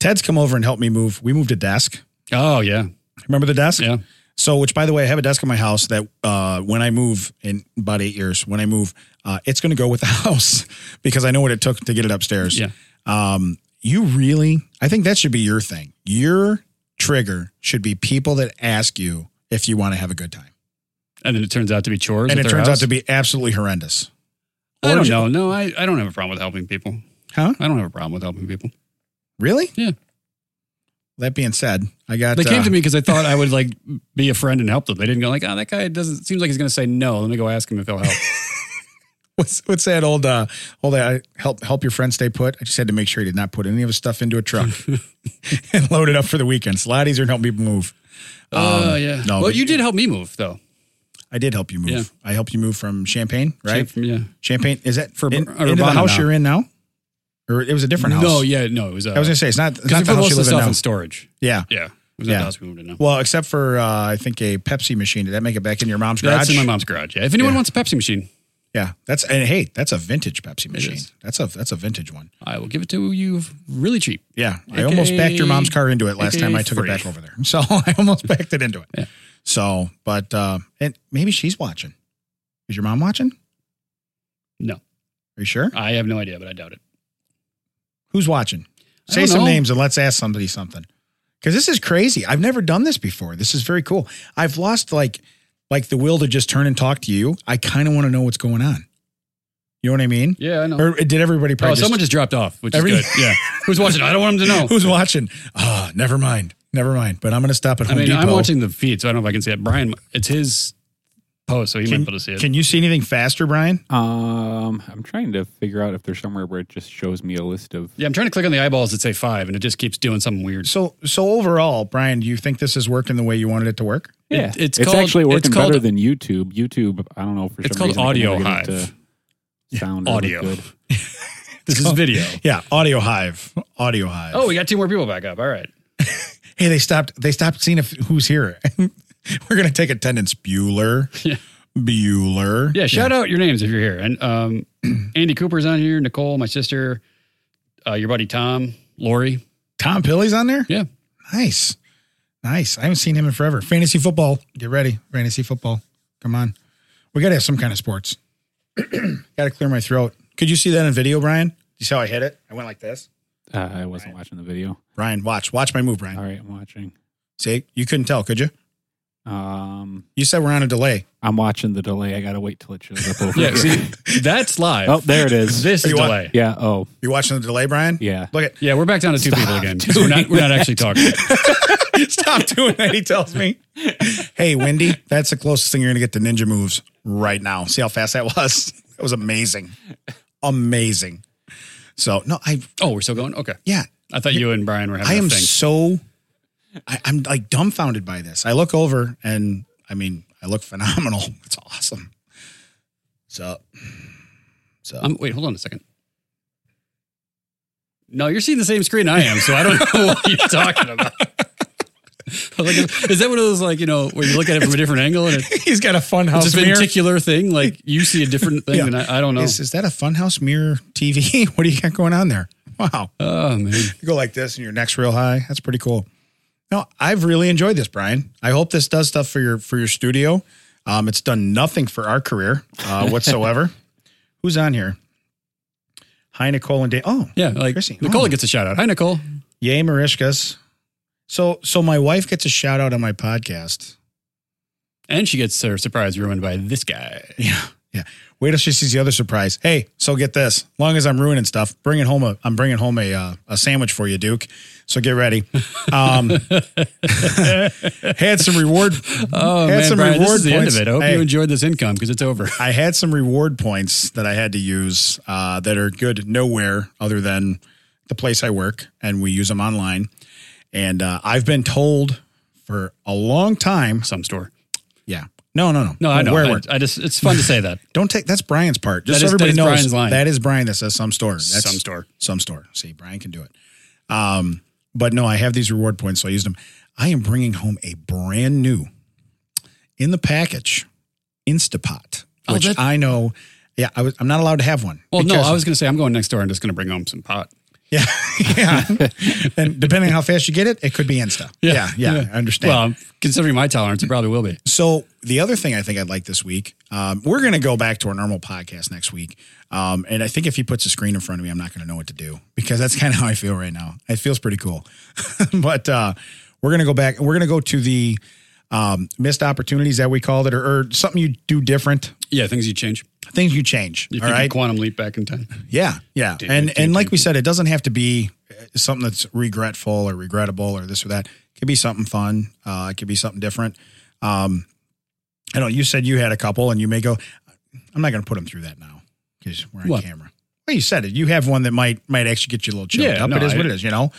[SPEAKER 2] Ted's come over and helped me move. We moved a desk.
[SPEAKER 1] oh yeah,
[SPEAKER 2] Remember the desk?
[SPEAKER 1] yeah.
[SPEAKER 2] So, which by the way, I have a desk in my house that uh, when I move in about eight years, when I move, uh, it's going to go with the house because I know what it took to get it upstairs.
[SPEAKER 1] Yeah.
[SPEAKER 2] Um, you really, I think that should be your thing. Your trigger should be people that ask you if you want to have a good time.
[SPEAKER 1] And then it turns out to be chores.
[SPEAKER 2] and
[SPEAKER 1] at
[SPEAKER 2] it
[SPEAKER 1] their
[SPEAKER 2] turns
[SPEAKER 1] house.
[SPEAKER 2] out to be absolutely horrendous.
[SPEAKER 1] I don't
[SPEAKER 2] Or-
[SPEAKER 1] know. No, I, I don't have a problem with helping people.
[SPEAKER 2] Huh?
[SPEAKER 1] I don't have a problem with helping people.
[SPEAKER 2] Really?
[SPEAKER 1] Yeah.
[SPEAKER 2] That being said, I got.
[SPEAKER 1] They came
[SPEAKER 2] uh,
[SPEAKER 1] to me because I thought I would like be a friend and help them. They didn't go like, oh, that guy doesn't seems like he's going to say no. Let me go ask him if he'll help.
[SPEAKER 2] What's what's that old uh old uh, help help your friend stay put? I just had to make sure he did not put any of his stuff into a truck and load it up for the weekend. It's a lot easier to help me move.
[SPEAKER 1] Oh yeah.
[SPEAKER 2] Um, no,
[SPEAKER 1] well,
[SPEAKER 2] but-
[SPEAKER 1] you did help me move though.
[SPEAKER 2] I did help you move.
[SPEAKER 1] Yeah.
[SPEAKER 2] I helped you move from Champagne, right?
[SPEAKER 1] Champ- yeah.
[SPEAKER 2] Champagne is that
[SPEAKER 1] For
[SPEAKER 2] for in,
[SPEAKER 1] Ur-
[SPEAKER 2] into the
[SPEAKER 1] Urbana
[SPEAKER 2] house
[SPEAKER 1] now.
[SPEAKER 2] you're in now, or it was a different house?
[SPEAKER 1] No, yeah, no. It was. Uh,
[SPEAKER 2] I was gonna say it's not. It's
[SPEAKER 1] because we
[SPEAKER 2] not the
[SPEAKER 1] put
[SPEAKER 2] house
[SPEAKER 1] most
[SPEAKER 2] you
[SPEAKER 1] of the
[SPEAKER 2] live in
[SPEAKER 1] stuff
[SPEAKER 2] now.
[SPEAKER 1] in storage.
[SPEAKER 2] yeah.
[SPEAKER 1] Yeah, it was
[SPEAKER 2] Yeah.
[SPEAKER 1] not the house we moved in. Now.
[SPEAKER 2] Well, except for uh, I think a Pepsi machine. Did that make it back in your mom's garage?
[SPEAKER 1] That's in my mom's garage. Yeah. If anyone
[SPEAKER 2] Yeah.
[SPEAKER 1] wants a Pepsi machine,
[SPEAKER 2] Yeah, that's and hey, that's a vintage Pepsi machine.
[SPEAKER 1] is.
[SPEAKER 2] That's a that's a vintage one.
[SPEAKER 1] I will give it to you really cheap.
[SPEAKER 2] Yeah, I
[SPEAKER 1] AKA
[SPEAKER 2] almost backed your mom's car into it last
[SPEAKER 1] AKA
[SPEAKER 2] time I took
[SPEAKER 1] free.
[SPEAKER 2] it back over there. So I almost backed it into it. So, but uh, and maybe she's watching. Is your mom watching? Are
[SPEAKER 1] No,
[SPEAKER 2] you sure?
[SPEAKER 1] I have no idea, but I doubt it.
[SPEAKER 2] Who's watching?
[SPEAKER 1] I
[SPEAKER 2] Say
[SPEAKER 1] don't
[SPEAKER 2] some
[SPEAKER 1] know.
[SPEAKER 2] names and let's ask somebody something. Because this is crazy. I've never done this before. This is very cool. I've lost like like the will to just turn and talk to you. I kind of want to know what's going on. You know what I mean?
[SPEAKER 1] Yeah, I know.
[SPEAKER 2] Or did everybody probably
[SPEAKER 1] oh,
[SPEAKER 2] just-
[SPEAKER 1] someone just dropped off, which
[SPEAKER 2] Every-
[SPEAKER 1] is good. Yeah, who's watching? I don't want them to know.
[SPEAKER 2] who's watching? Ah, never mind. Never mind. But I'm gonna stop at
[SPEAKER 1] I
[SPEAKER 2] Home
[SPEAKER 1] mean,
[SPEAKER 2] Depot.
[SPEAKER 1] I'm watching the feed, so I don't know if I can see it. Brian, it's his post, so he might be able to see it.
[SPEAKER 2] Can you see anything faster, Brian?
[SPEAKER 3] Um, I'm trying to figure out if there's somewhere where it just shows me a list of.
[SPEAKER 1] yeah, I'm trying to click on the eyeballs that say five, and it just keeps doing something weird.
[SPEAKER 2] So, so overall, Brian, do you think this is working the way you wanted it to work?
[SPEAKER 1] Yeah. it's
[SPEAKER 3] it's,
[SPEAKER 1] called-
[SPEAKER 3] actually working
[SPEAKER 1] it's called-
[SPEAKER 3] better than YouTube. YouTube, I don't know for
[SPEAKER 1] It's
[SPEAKER 3] some
[SPEAKER 1] called
[SPEAKER 3] reason, I
[SPEAKER 1] Audio
[SPEAKER 3] can never get it
[SPEAKER 1] Hive.
[SPEAKER 3] to Sound or look
[SPEAKER 1] Audio.
[SPEAKER 3] good.
[SPEAKER 1] This is video.
[SPEAKER 2] Yeah, Audio Hive, Audio Hive.
[SPEAKER 1] Oh, we got two more people back up. All right.
[SPEAKER 2] hey, they stopped. They stopped seeing if who's here. We're gonna take attendance. Bueller, Bueller.
[SPEAKER 1] Yeah, shout out your names if you're here. And um, Andy Cooper's on here, Nicole, my sister, uh, your buddy Tom, Lori.
[SPEAKER 2] Tom Pilly's on there.
[SPEAKER 1] Yeah.
[SPEAKER 2] Nice, nice. I haven't seen him in forever. Fantasy football. Get ready, fantasy football. Come on, we gotta have some kind of sports. gotta clear my throat. Could you see that in video, Brian? You see how I hit it? I went like this.
[SPEAKER 3] Uh, I wasn't watching the video.
[SPEAKER 2] Brian, watch, watch my move, Brian.
[SPEAKER 3] All right, I'm watching.
[SPEAKER 2] See, you couldn't tell, could you?
[SPEAKER 3] Um,
[SPEAKER 2] You said we're on a delay.
[SPEAKER 3] I'm watching the delay. I gotta wait till it shows up. Over
[SPEAKER 1] Yeah,
[SPEAKER 3] here.
[SPEAKER 1] see, that's live.
[SPEAKER 3] Oh, there it is.
[SPEAKER 1] This is
[SPEAKER 2] You want-
[SPEAKER 1] delay.
[SPEAKER 3] yeah. Oh,
[SPEAKER 2] You're watching the delay, Brian?
[SPEAKER 3] yeah.
[SPEAKER 2] Look
[SPEAKER 1] Yeah, we're back down to two people again. 'cause We're not, we're not actually talking.
[SPEAKER 2] at stop doing that, he tells me. hey, Wendy, that's the closest thing you're gonna get to ninja moves right now. See how fast that was? That was amazing. Amazing. So no, I
[SPEAKER 1] Oh, we're still going? Okay.
[SPEAKER 2] yeah,
[SPEAKER 1] I thought you and Brian were having
[SPEAKER 2] I am
[SPEAKER 1] a thing.
[SPEAKER 2] so I, I'm like dumbfounded by this. I look over and I mean, I look phenomenal. It's awesome. So, so
[SPEAKER 1] Um, wait, hold on a second. No, you're seeing the same screen I am, so I don't know what you're talking about. I was like, is that one of those like you know where you look at it from a different angle and it's
[SPEAKER 4] He's got a fun house
[SPEAKER 1] just a
[SPEAKER 4] mirror.
[SPEAKER 1] particular thing? Like you see a different thing,
[SPEAKER 2] Yeah.
[SPEAKER 1] and I, I don't know.
[SPEAKER 2] is, is that a funhouse mirror TV? what do you got going on there? Wow.
[SPEAKER 1] oh man,
[SPEAKER 2] You go like this and your neck's real high. That's pretty cool. No, I've really enjoyed this, Brian. I hope this does stuff for your for your studio. Um, it's done nothing for our career uh, whatsoever. Who's on here? Hi, Nicole and Dave. Oh,
[SPEAKER 1] yeah. Like
[SPEAKER 2] Chrissy.
[SPEAKER 1] Nicole
[SPEAKER 2] Oh.
[SPEAKER 1] gets a shout out. Hi, Nicole.
[SPEAKER 2] yay, Marishkas. So, so my wife gets a shout out on my podcast.
[SPEAKER 1] And she gets her surprise ruined by this guy.
[SPEAKER 2] Yeah, yeah. Wait till she sees the other surprise. Hey, so get this. Long as I'm ruining stuff, bringing home a, I'm bringing home a uh, a sandwich for you, Duke. So get ready. Um, had some reward.
[SPEAKER 1] Oh
[SPEAKER 2] Had
[SPEAKER 1] man,
[SPEAKER 2] some
[SPEAKER 1] Brian, this
[SPEAKER 2] reward
[SPEAKER 1] is the
[SPEAKER 2] points.
[SPEAKER 1] end of it. I hope
[SPEAKER 2] Hey.
[SPEAKER 1] you enjoyed this income because it's over.
[SPEAKER 2] I had some reward points that I had to use uh, that are good nowhere other than the place I work, and we use them online. And uh, I've been told for a long time.
[SPEAKER 1] Some store.
[SPEAKER 2] Yeah. No, no, no.
[SPEAKER 1] No, I know.
[SPEAKER 2] Where
[SPEAKER 1] I,
[SPEAKER 2] we're-
[SPEAKER 1] I just it's fun to say that.
[SPEAKER 2] Don't take that's Brian's part. Just
[SPEAKER 1] That is-
[SPEAKER 2] so everybody
[SPEAKER 1] that is
[SPEAKER 2] knows
[SPEAKER 1] Brian's line.
[SPEAKER 2] that is Brian that says some store. That's
[SPEAKER 1] Some store.
[SPEAKER 2] Some store. See, Brian can do it. Um, but no, I have these reward points, so I used them. I am bringing home a brand new in the package Instapot,
[SPEAKER 1] Oh,
[SPEAKER 2] which
[SPEAKER 1] that-
[SPEAKER 2] I know. Yeah, I was. I'm not allowed to have one.
[SPEAKER 1] Well, no,
[SPEAKER 2] because-
[SPEAKER 1] I was going to say I'm going next door. I'm just going to bring home some pot.
[SPEAKER 2] Yeah, yeah. and depending on how fast you get it, it could be Insta. Yeah, yeah. I understand.
[SPEAKER 1] Well, considering my tolerance, it probably will be.
[SPEAKER 2] So the other thing I think I'd like this week, um, we're going to go back to our normal podcast next week, um, and I think if he puts a screen in front of me, I'm not going to know what to do because that's kind of how I feel right now. It feels pretty cool, but uh, we're going to go back. We're going to go to the um, missed opportunities that we called it, or, or something you do different,
[SPEAKER 1] Yeah, things you change.
[SPEAKER 2] things you changed.
[SPEAKER 1] If
[SPEAKER 2] all
[SPEAKER 1] you
[SPEAKER 2] right,
[SPEAKER 1] can quantum leap back in time.
[SPEAKER 2] yeah, yeah, and and like we said, it doesn't have to be uh, something that's regretful or regrettable or this or that. It could be something fun. Uh, it could be something different. Um, I know you said you had a couple, and you may go. I'm not going to put them through that now because we're on
[SPEAKER 1] What?
[SPEAKER 2] camera. Well, you said it. You have one that might might actually get you a little choked
[SPEAKER 1] Yeah,
[SPEAKER 2] up.
[SPEAKER 1] no,
[SPEAKER 2] it is
[SPEAKER 1] I-
[SPEAKER 2] what it is, you know.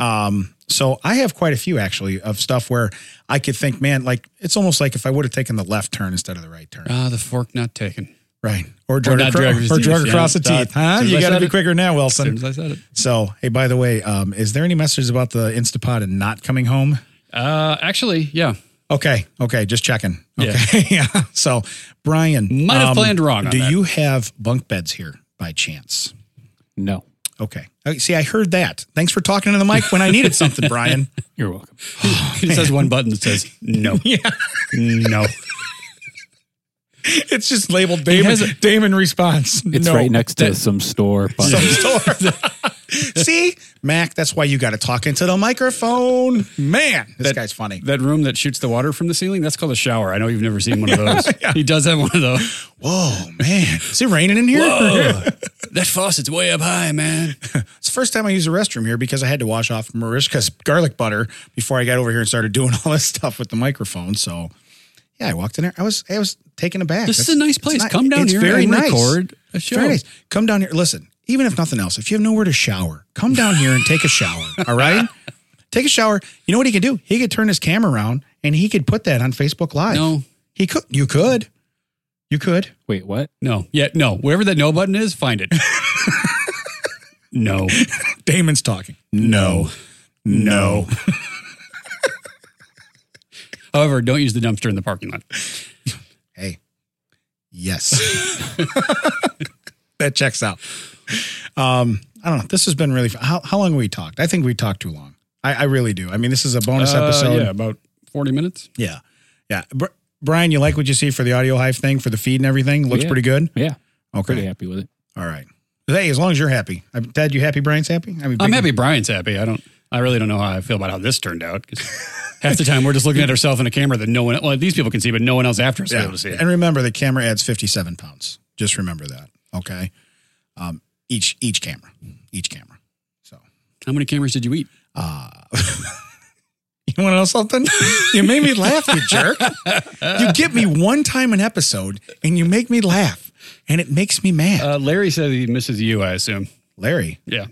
[SPEAKER 2] Um, so I have quite a few actually of stuff where I could think, man, like it's almost like if I would have taken the left turn instead of the right turn.
[SPEAKER 1] Ah, the fork not taken.
[SPEAKER 2] Right. Or drug,
[SPEAKER 1] not
[SPEAKER 2] acro-
[SPEAKER 1] drug his
[SPEAKER 2] or
[SPEAKER 1] teeth,
[SPEAKER 2] drug
[SPEAKER 1] yeah.
[SPEAKER 2] across the
[SPEAKER 1] Uh,
[SPEAKER 2] teeth. Huh?
[SPEAKER 1] soon as
[SPEAKER 2] You
[SPEAKER 1] I
[SPEAKER 2] got to
[SPEAKER 1] said
[SPEAKER 2] be
[SPEAKER 1] it.
[SPEAKER 2] quicker now, Wilson.
[SPEAKER 1] As I said it.
[SPEAKER 2] So, hey, by the way, um, is there any message about the Instapot and not coming home?
[SPEAKER 1] Uh, actually, yeah.
[SPEAKER 2] Okay. Okay. Just checking. Okay. Yeah. So, Brian. um,
[SPEAKER 1] Might have planned wrong on
[SPEAKER 2] do
[SPEAKER 1] that.
[SPEAKER 2] you have bunk beds here by chance?
[SPEAKER 3] No,
[SPEAKER 2] Okay. Okay, See, I heard that. Thanks for talking to the mic when I needed something, Brian.
[SPEAKER 3] you're welcome.
[SPEAKER 1] It says one button that says no.
[SPEAKER 2] Yeah.
[SPEAKER 1] No.
[SPEAKER 2] It's just labeled
[SPEAKER 4] Damon, Damon response.
[SPEAKER 3] It's
[SPEAKER 4] no.
[SPEAKER 3] right next to some store. But
[SPEAKER 2] some store. See, Mac, that's why you got to talk into the microphone. Man, this guy's funny.
[SPEAKER 1] That room that shoots the water from the ceiling, that's called a shower. I know you've never seen one of those. He does have one of those.
[SPEAKER 2] Whoa, man. Is it raining in here?
[SPEAKER 1] Oh, That faucet's way up high, man.
[SPEAKER 2] It's the first time I used the restroom here because I had to wash off Marishka's garlic butter before I got over here and started doing all this stuff with the microphone. So, yeah, I walked in there. I was I was taken aback.
[SPEAKER 1] This
[SPEAKER 2] It's-
[SPEAKER 1] is a nice place.
[SPEAKER 2] it's not-
[SPEAKER 1] Come down
[SPEAKER 2] it's
[SPEAKER 1] here
[SPEAKER 2] Very
[SPEAKER 1] and
[SPEAKER 2] nice.
[SPEAKER 1] record a
[SPEAKER 2] It's
[SPEAKER 1] show.
[SPEAKER 2] Very nice. Come down here. Listen, even if nothing else, if you have nowhere to shower, come down here and take a shower. all right, take a shower. You know what he could do? He could turn his camera around and he could put that on Facebook Live.
[SPEAKER 1] No.
[SPEAKER 2] he could. You could. You could.
[SPEAKER 3] wait, what?
[SPEAKER 1] No. Yeah, no. Wherever that no button is, find it. no.
[SPEAKER 2] Damon's talking. No. No.
[SPEAKER 1] However, don't use the dumpster in the parking lot.
[SPEAKER 2] Hey. Yes. that checks out. Um, I don't know. This has been really fun. How, how long we talked? I think we talked too long. I, I really do. I mean, this is a bonus
[SPEAKER 1] Uh,
[SPEAKER 2] episode.
[SPEAKER 1] Yeah, about 40 minutes.
[SPEAKER 2] Yeah. Yeah. Br- Brian, you like what you see for the audio hive thing for the feed and everything? Looks
[SPEAKER 3] Yeah.
[SPEAKER 2] pretty good.
[SPEAKER 3] Yeah,
[SPEAKER 2] Okay.
[SPEAKER 3] pretty happy with it.
[SPEAKER 2] All right. Hey, as long as you're happy. I'm, Dad, you happy? Brian's happy? I mean,
[SPEAKER 1] I'm
[SPEAKER 2] big-
[SPEAKER 1] happy Oh, Brian's happy. I don't. I really don't know how I feel about how this turned out. 'cause half the time we're just looking at ourselves in a camera that no one, well, these people can see, but no one else after us is able to see.
[SPEAKER 2] Yeah.
[SPEAKER 1] It.
[SPEAKER 2] And remember, the camera adds 57 pounds. Just remember that. Okay. Um, each each camera, each camera. So
[SPEAKER 1] How many cameras did you eat?
[SPEAKER 2] Uh, you want to know something? You made me laugh, you jerk. You get me one time an episode, and you make me laugh, and it makes me mad.
[SPEAKER 1] Uh, Larry said he misses you. I assume.
[SPEAKER 2] Larry,
[SPEAKER 1] Yeah.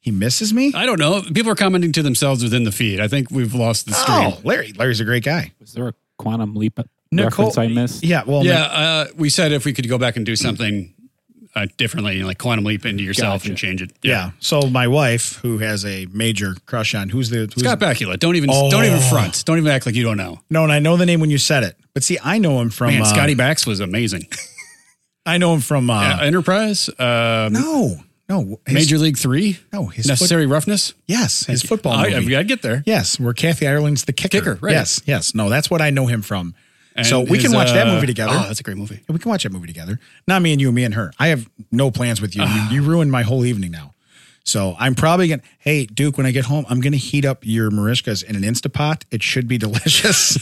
[SPEAKER 2] He misses me.
[SPEAKER 1] I don't know. People are commenting to themselves within the feed. I think we've lost the stream.
[SPEAKER 2] Oh, Larry. Larry's a great guy.
[SPEAKER 3] Was there a quantum leap
[SPEAKER 4] Nicole-
[SPEAKER 3] reference I missed?
[SPEAKER 2] Yeah. Well,
[SPEAKER 1] yeah, uh, we said if we could go back and do something uh, differently, like quantum leap into yourself and change it.
[SPEAKER 2] Yeah. So my wife, who has a major crush on who's the who's
[SPEAKER 1] Scott Bakula, don't even
[SPEAKER 2] Oh.
[SPEAKER 1] don't even front. Don't even act like you don't know.
[SPEAKER 2] no, and I know the name when you said it, but see, I know him from
[SPEAKER 1] Man,
[SPEAKER 2] uh,
[SPEAKER 1] Scotty Bax was amazing.
[SPEAKER 2] I know him from uh,
[SPEAKER 1] Uh, Enterprise, uh,
[SPEAKER 2] no, no, his-
[SPEAKER 1] Major League Three,
[SPEAKER 2] No, his
[SPEAKER 1] Necessary Roughness.
[SPEAKER 2] Yes, his football
[SPEAKER 1] I,
[SPEAKER 2] movie.
[SPEAKER 1] would get there.
[SPEAKER 2] Yes, where Kathy Ireland's the kicker.
[SPEAKER 1] Kicker, right.
[SPEAKER 2] Yes, yes. No, that's what I know him from. so
[SPEAKER 1] And
[SPEAKER 2] we
[SPEAKER 1] his,
[SPEAKER 2] can watch that
[SPEAKER 1] uh,
[SPEAKER 2] movie together.
[SPEAKER 1] Oh, that's a great movie.
[SPEAKER 2] we can watch that movie together. Not me and you, me and her. I have no plans with you.
[SPEAKER 1] Ah.
[SPEAKER 2] you, you ruined my whole evening now. So I'm probably gonna. Hey, Duke, when I get home, I'm gonna heat up your marishkas in an Instapot. It should be delicious.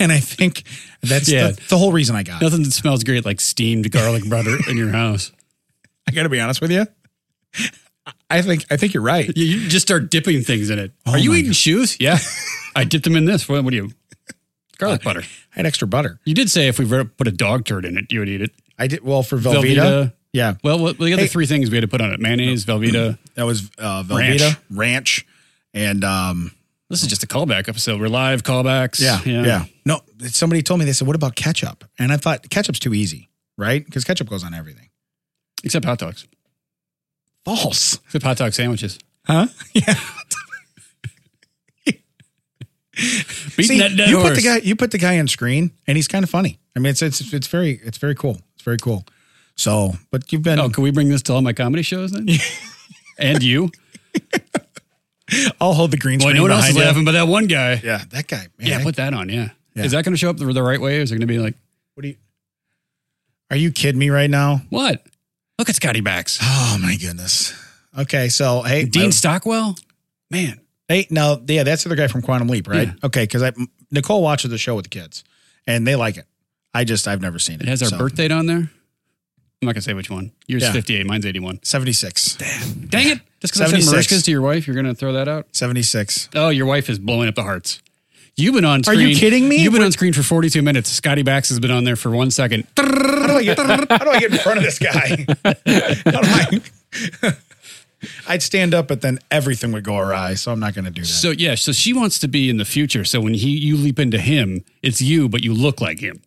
[SPEAKER 2] and I think that's the-
[SPEAKER 1] Yeah.
[SPEAKER 2] the, whole reason I got. it.
[SPEAKER 1] Nothing that smells great like steamed garlic butter in your house.
[SPEAKER 2] I gotta be honest with you. I think I think you're right.
[SPEAKER 1] You, you just start dipping things in it. are you eating shoes? Oh Yeah, I dipped them in this. What, what do you? Garlic butter.
[SPEAKER 2] I had extra butter.
[SPEAKER 1] You did say if we were to put a dog turd in it, you would eat it.
[SPEAKER 2] I did well for Velveeta.
[SPEAKER 1] Velveeta.
[SPEAKER 2] Yeah,
[SPEAKER 1] Well, what, the other
[SPEAKER 2] Hey.
[SPEAKER 1] three things we had to put on it: mayonnaise, Velveeta.
[SPEAKER 2] that was uh,
[SPEAKER 1] Ranch.
[SPEAKER 2] Velveeta ranch. and um,
[SPEAKER 1] This is just a callback episode. We're live callbacks.
[SPEAKER 2] Yeah, yeah. No, somebody told me they said, "What about ketchup?" And I thought ketchup's too easy, right? Because ketchup goes on everything.
[SPEAKER 1] Except hot dogs.
[SPEAKER 2] False.
[SPEAKER 1] Except hot dog sandwiches.
[SPEAKER 4] Huh?
[SPEAKER 1] Beating
[SPEAKER 2] See,
[SPEAKER 1] that dead
[SPEAKER 2] you put
[SPEAKER 1] horse.
[SPEAKER 2] the guy you put the guy on screen, and he's kind of funny. I mean, it's it's it's very it's very cool. It's very cool. So, but you've been
[SPEAKER 1] Oh, can we bring this to all my comedy shows then? and you?
[SPEAKER 2] I'll hold the green
[SPEAKER 1] Boy,
[SPEAKER 2] screen.
[SPEAKER 1] no one else
[SPEAKER 2] behind
[SPEAKER 1] is
[SPEAKER 2] you.
[SPEAKER 1] laughing but that one guy.
[SPEAKER 2] Yeah, that guy. Man,
[SPEAKER 1] Yeah,
[SPEAKER 2] I-
[SPEAKER 1] put that on. Yeah.
[SPEAKER 2] Yeah.
[SPEAKER 1] Is that going to show up the, the right way? Or is it going to be like,
[SPEAKER 2] what do you? Are you kidding me right now?
[SPEAKER 1] what? Look at Scotty Bax.
[SPEAKER 2] Oh my goodness. Okay, so hey,
[SPEAKER 1] Dean
[SPEAKER 2] my-
[SPEAKER 1] Stockwell? Man.
[SPEAKER 2] Hey, no, yeah, that's the other guy from Quantum Leap, right?
[SPEAKER 1] Yeah.
[SPEAKER 2] Okay, because I Nicole watches the show with the kids, and they like it. I just I've never seen it.
[SPEAKER 1] It has our
[SPEAKER 2] so.
[SPEAKER 1] birth date on there. I'm not going to say which one. Yours
[SPEAKER 2] Yeah.
[SPEAKER 1] is 58. Mine's 81.
[SPEAKER 2] seventy six.
[SPEAKER 1] Dang it. Just because I said
[SPEAKER 2] 76.
[SPEAKER 1] Marishka's to your wife, you're going to throw that out?
[SPEAKER 2] Seventy six.
[SPEAKER 1] Oh, your wife is blowing up the hearts. You've been on
[SPEAKER 2] Are
[SPEAKER 1] screen.
[SPEAKER 2] you kidding me?
[SPEAKER 1] You've been on screen for 42 minutes. Scotty Bax has been on there for one second.
[SPEAKER 2] How do I get how do I get in front of this guy? How do I- I'd stand up, but then everything would go awry. So I'm not going to do that.
[SPEAKER 1] So yeah, so she wants to be in the future. So when he you leap into him, it's you, but you look like him.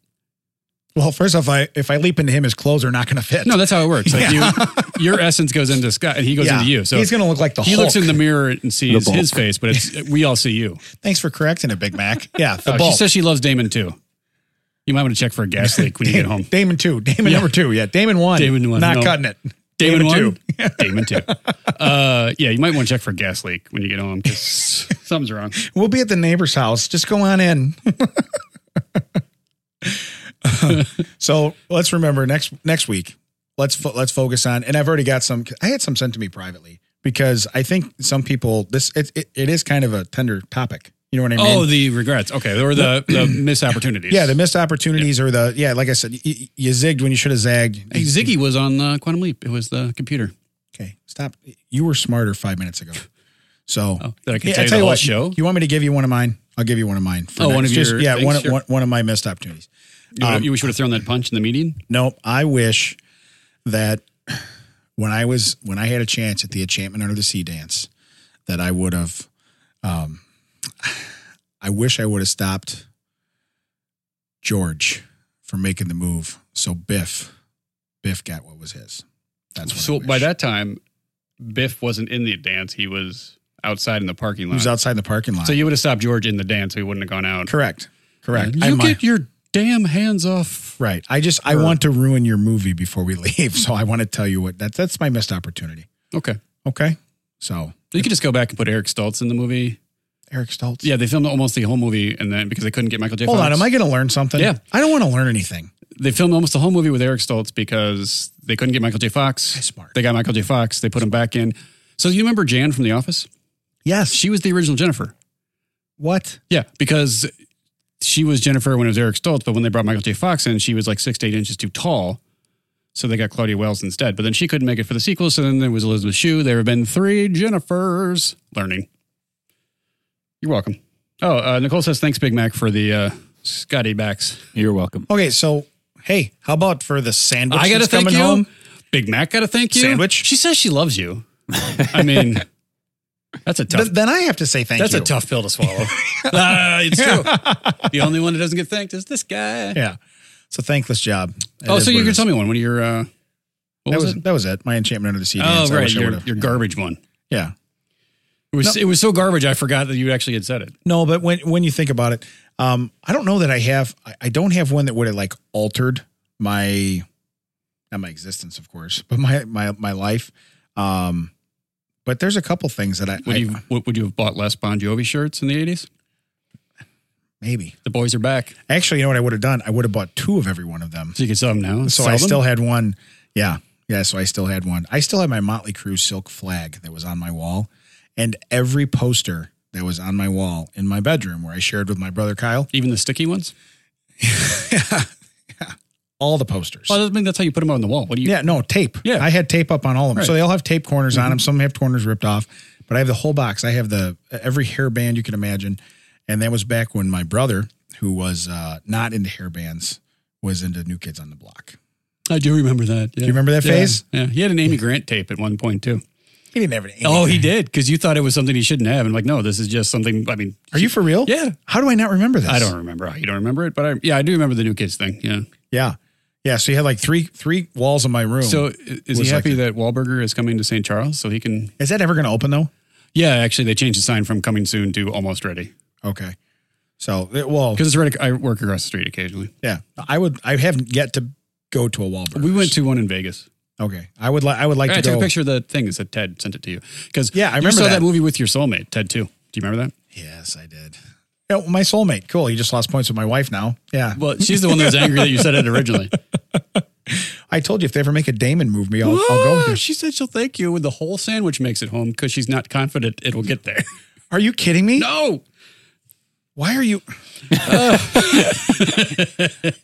[SPEAKER 2] well, first off, I if I leap into him, his clothes are not going to fit.
[SPEAKER 1] No, that's how it works. Like you, your essence goes into Scott, and he goes
[SPEAKER 2] Yeah.
[SPEAKER 1] into you. So
[SPEAKER 2] he's going to look like the
[SPEAKER 1] he
[SPEAKER 2] Hulk.
[SPEAKER 1] looks in the mirror and sees
[SPEAKER 3] bulk.
[SPEAKER 1] his face, but it's we all see you.
[SPEAKER 2] Thanks for correcting it, Big Mac. Yeah, the
[SPEAKER 1] Oh,
[SPEAKER 2] bulk.
[SPEAKER 1] she says she loves Damon too. You might want to check for a gas leak when you get home.
[SPEAKER 2] Damon two, Damon
[SPEAKER 1] Yeah.
[SPEAKER 2] number two. Yeah, Damon one.
[SPEAKER 1] Damon one,
[SPEAKER 2] Not
[SPEAKER 1] no.
[SPEAKER 2] cutting it.
[SPEAKER 1] Damon,
[SPEAKER 2] two.
[SPEAKER 1] one, Damon two. Uh, yeah, you might want to check for a gas leak when you get home because something's wrong.
[SPEAKER 2] We'll be at the neighbor's house. Just go on in. so let's remember next next week. Let's fo- let's focus on. And I've already got some. I had some sent to me privately because I think some people this it it, it is kind of a tender topic. You know what I mean?
[SPEAKER 1] Oh, the regrets. Okay, or the the missed opportunities.
[SPEAKER 2] yeah, the missed opportunities or the yeah. Like I said, y- y- you zigged when you should have zagged.
[SPEAKER 1] Hey, Ziggy was on the Quantum Leap. It was the computer.
[SPEAKER 2] Okay, stop. You were smarter five minutes ago. So
[SPEAKER 1] Oh, that I can
[SPEAKER 2] Yeah,
[SPEAKER 1] tell you
[SPEAKER 2] tell
[SPEAKER 1] the whole
[SPEAKER 2] what,
[SPEAKER 1] show.
[SPEAKER 2] You want me to give you one of mine? I'll give you one of mine. for
[SPEAKER 1] Oh, one
[SPEAKER 2] next.
[SPEAKER 1] of your
[SPEAKER 2] yeah,
[SPEAKER 1] things,
[SPEAKER 2] one,
[SPEAKER 1] sure.
[SPEAKER 2] one one of my missed opportunities.
[SPEAKER 1] You,
[SPEAKER 2] um,
[SPEAKER 1] you wish you would have thrown that punch in the meeting.
[SPEAKER 2] No, I wish that when I was when I had a chance at the enchantment under the sea dance, that I would have. Um, I wish I would have stopped George from making the move. So Biff, Biff got what was his. That's what I
[SPEAKER 1] So by
[SPEAKER 2] wish.
[SPEAKER 1] that time, Biff wasn't in the dance. He was outside in the parking
[SPEAKER 2] he
[SPEAKER 1] lot.
[SPEAKER 2] was outside the parking lot.
[SPEAKER 1] So you would have stopped George in the dance. He wouldn't have gone out.
[SPEAKER 2] correct, correct.
[SPEAKER 1] You
[SPEAKER 2] I might-
[SPEAKER 1] get your damn hands off.
[SPEAKER 2] Right. I just I
[SPEAKER 1] Or-
[SPEAKER 2] want to ruin your movie before we leave, so I want to tell you what that's that's my missed opportunity.
[SPEAKER 1] Okay.
[SPEAKER 2] Okay. So
[SPEAKER 1] You could just go back and put Eric Stoltz in the movie.
[SPEAKER 2] Eric Stoltz.
[SPEAKER 1] Yeah, they filmed almost the whole movie, and then because they couldn't get Michael J.
[SPEAKER 2] Hold
[SPEAKER 1] Fox,
[SPEAKER 2] on. Am I going to learn something?
[SPEAKER 1] Yeah.
[SPEAKER 2] I don't want to learn anything.
[SPEAKER 1] they filmed almost the whole movie with Eric Stoltz because they couldn't get Michael J. Fox.
[SPEAKER 2] smart.
[SPEAKER 1] They got Michael J. Fox. They put him back in. So you remember Jan from The Office?
[SPEAKER 2] Yes.
[SPEAKER 1] She was the original Jennifer.
[SPEAKER 2] What?
[SPEAKER 1] Yeah, because she was Jennifer when it was Eric Stoltz, but when they brought Michael J. Fox in, she was like six to eight inches too tall. So they got Claudia Wells instead. But then she couldn't make it for the sequel. So then there was Elizabeth Shue. There have been three Jennifers learning. You're welcome. Oh, uh, Nicole says thanks, Big Mac, for the uh, Scotty backs.
[SPEAKER 3] You're welcome.
[SPEAKER 2] Okay. So hey, how about for the sandwich?
[SPEAKER 1] I got to
[SPEAKER 2] that's
[SPEAKER 1] thank
[SPEAKER 2] coming
[SPEAKER 1] you.
[SPEAKER 2] home?
[SPEAKER 1] Big Mac got to thank you.
[SPEAKER 2] Sandwich?
[SPEAKER 1] She says she loves you. I mean, That's a tough.
[SPEAKER 2] Th- then I have to say thank
[SPEAKER 1] That's
[SPEAKER 2] you.
[SPEAKER 1] a tough pill to swallow. uh, it's true. the only one that doesn't get thanked is this guy.
[SPEAKER 2] Yeah. It's a thankless job. It
[SPEAKER 1] oh,
[SPEAKER 2] is
[SPEAKER 1] so
[SPEAKER 2] what
[SPEAKER 1] you
[SPEAKER 2] it
[SPEAKER 1] can
[SPEAKER 2] is.
[SPEAKER 1] tell me one when you're. Uh, what
[SPEAKER 2] that
[SPEAKER 1] was,
[SPEAKER 2] was,
[SPEAKER 1] it?
[SPEAKER 2] that was it. My enchantment under the sea.
[SPEAKER 1] Oh,
[SPEAKER 2] Dance. I
[SPEAKER 1] right,
[SPEAKER 2] wish I
[SPEAKER 1] your,
[SPEAKER 2] would've-
[SPEAKER 1] your garbage one.
[SPEAKER 2] yeah.
[SPEAKER 1] It was it was so garbage I forgot that you actually had said it.
[SPEAKER 2] No, but when when you think about it, um, I don't know that I have. I, I don't have one that would have like altered my, not my existence, of course, but my my my life. Um, but there's a couple things that I,
[SPEAKER 1] Would
[SPEAKER 2] I-
[SPEAKER 1] you would would you have bought less Bon Jovi shirts in the eighties?
[SPEAKER 2] maybe
[SPEAKER 1] The boys are back,
[SPEAKER 2] actually, you know what I would have done? I would have bought two of every one of them.
[SPEAKER 1] so you can sell them now. and
[SPEAKER 2] So
[SPEAKER 1] sell
[SPEAKER 2] I
[SPEAKER 1] them?
[SPEAKER 2] still had one. Yeah. Yeah. So I still had one. I still had my Motley Crue silk flag that was on my wall and every poster that was on my wall in my bedroom where I shared with my brother Kyle,
[SPEAKER 1] even the sticky ones.
[SPEAKER 2] all the posters.
[SPEAKER 1] Well, I mean that's how you put them on the wall. What do you?
[SPEAKER 2] yeah. No, tape.
[SPEAKER 1] Yeah.
[SPEAKER 2] I had tape up on all of them. So
[SPEAKER 1] Right. Mm-hmm.
[SPEAKER 2] they all have tape corners on them. Some have corners ripped off, but I have the whole box. I have the every hair band you can imagine. And that was back when my brother, who was uh, not into hair bands, was into New Kids on the Block.
[SPEAKER 1] I do remember that. Do
[SPEAKER 2] you remember that phase?
[SPEAKER 1] Yeah, he had an Amy Grant tape at one point too.
[SPEAKER 2] He didn't have any.
[SPEAKER 1] Oh, he did because you thought it was something he shouldn't have. And like, no, this is just something. I mean,
[SPEAKER 2] Are you for real?
[SPEAKER 1] Yeah.
[SPEAKER 2] How do I not remember this?
[SPEAKER 1] I don't remember how you don't remember it, but I yeah, I do remember the new kids thing. Yeah.
[SPEAKER 2] Yeah. Yeah. So you had like three three walls in my room.
[SPEAKER 1] So i- is he
[SPEAKER 2] Was like
[SPEAKER 1] happy that Wahlberger is coming to St. Charles so he can?
[SPEAKER 2] is that ever gonna open though?
[SPEAKER 1] Yeah, actually, they changed the sign from coming soon to almost ready
[SPEAKER 2] Okay. So it, well
[SPEAKER 1] because it's right. I work across the street occasionally.
[SPEAKER 2] yeah. I would I haven't yet to go to a Wahlberg.
[SPEAKER 1] We went to one in Vegas.
[SPEAKER 2] Okay. I would like I would like
[SPEAKER 1] I
[SPEAKER 2] to
[SPEAKER 1] took
[SPEAKER 2] go.
[SPEAKER 1] a picture of the thing that said Ted sent it to you because
[SPEAKER 2] Yeah, I remember
[SPEAKER 1] you saw that.
[SPEAKER 2] that.
[SPEAKER 1] movie with your soulmate Ted too. Do you remember that?
[SPEAKER 2] Yes, I did. Oh, my soulmate. Cool. You just lost points with my wife now. Yeah.
[SPEAKER 1] Well, she's the one that was angry that you said it originally.
[SPEAKER 2] I told you if they ever make a Damon move me, I'll, I'll go with
[SPEAKER 1] Ah,
[SPEAKER 2] you.
[SPEAKER 1] She said she'll thank you when the whole sandwich makes it home because she's not confident it'll get there.
[SPEAKER 2] Are you kidding me?
[SPEAKER 1] No,
[SPEAKER 2] Why are you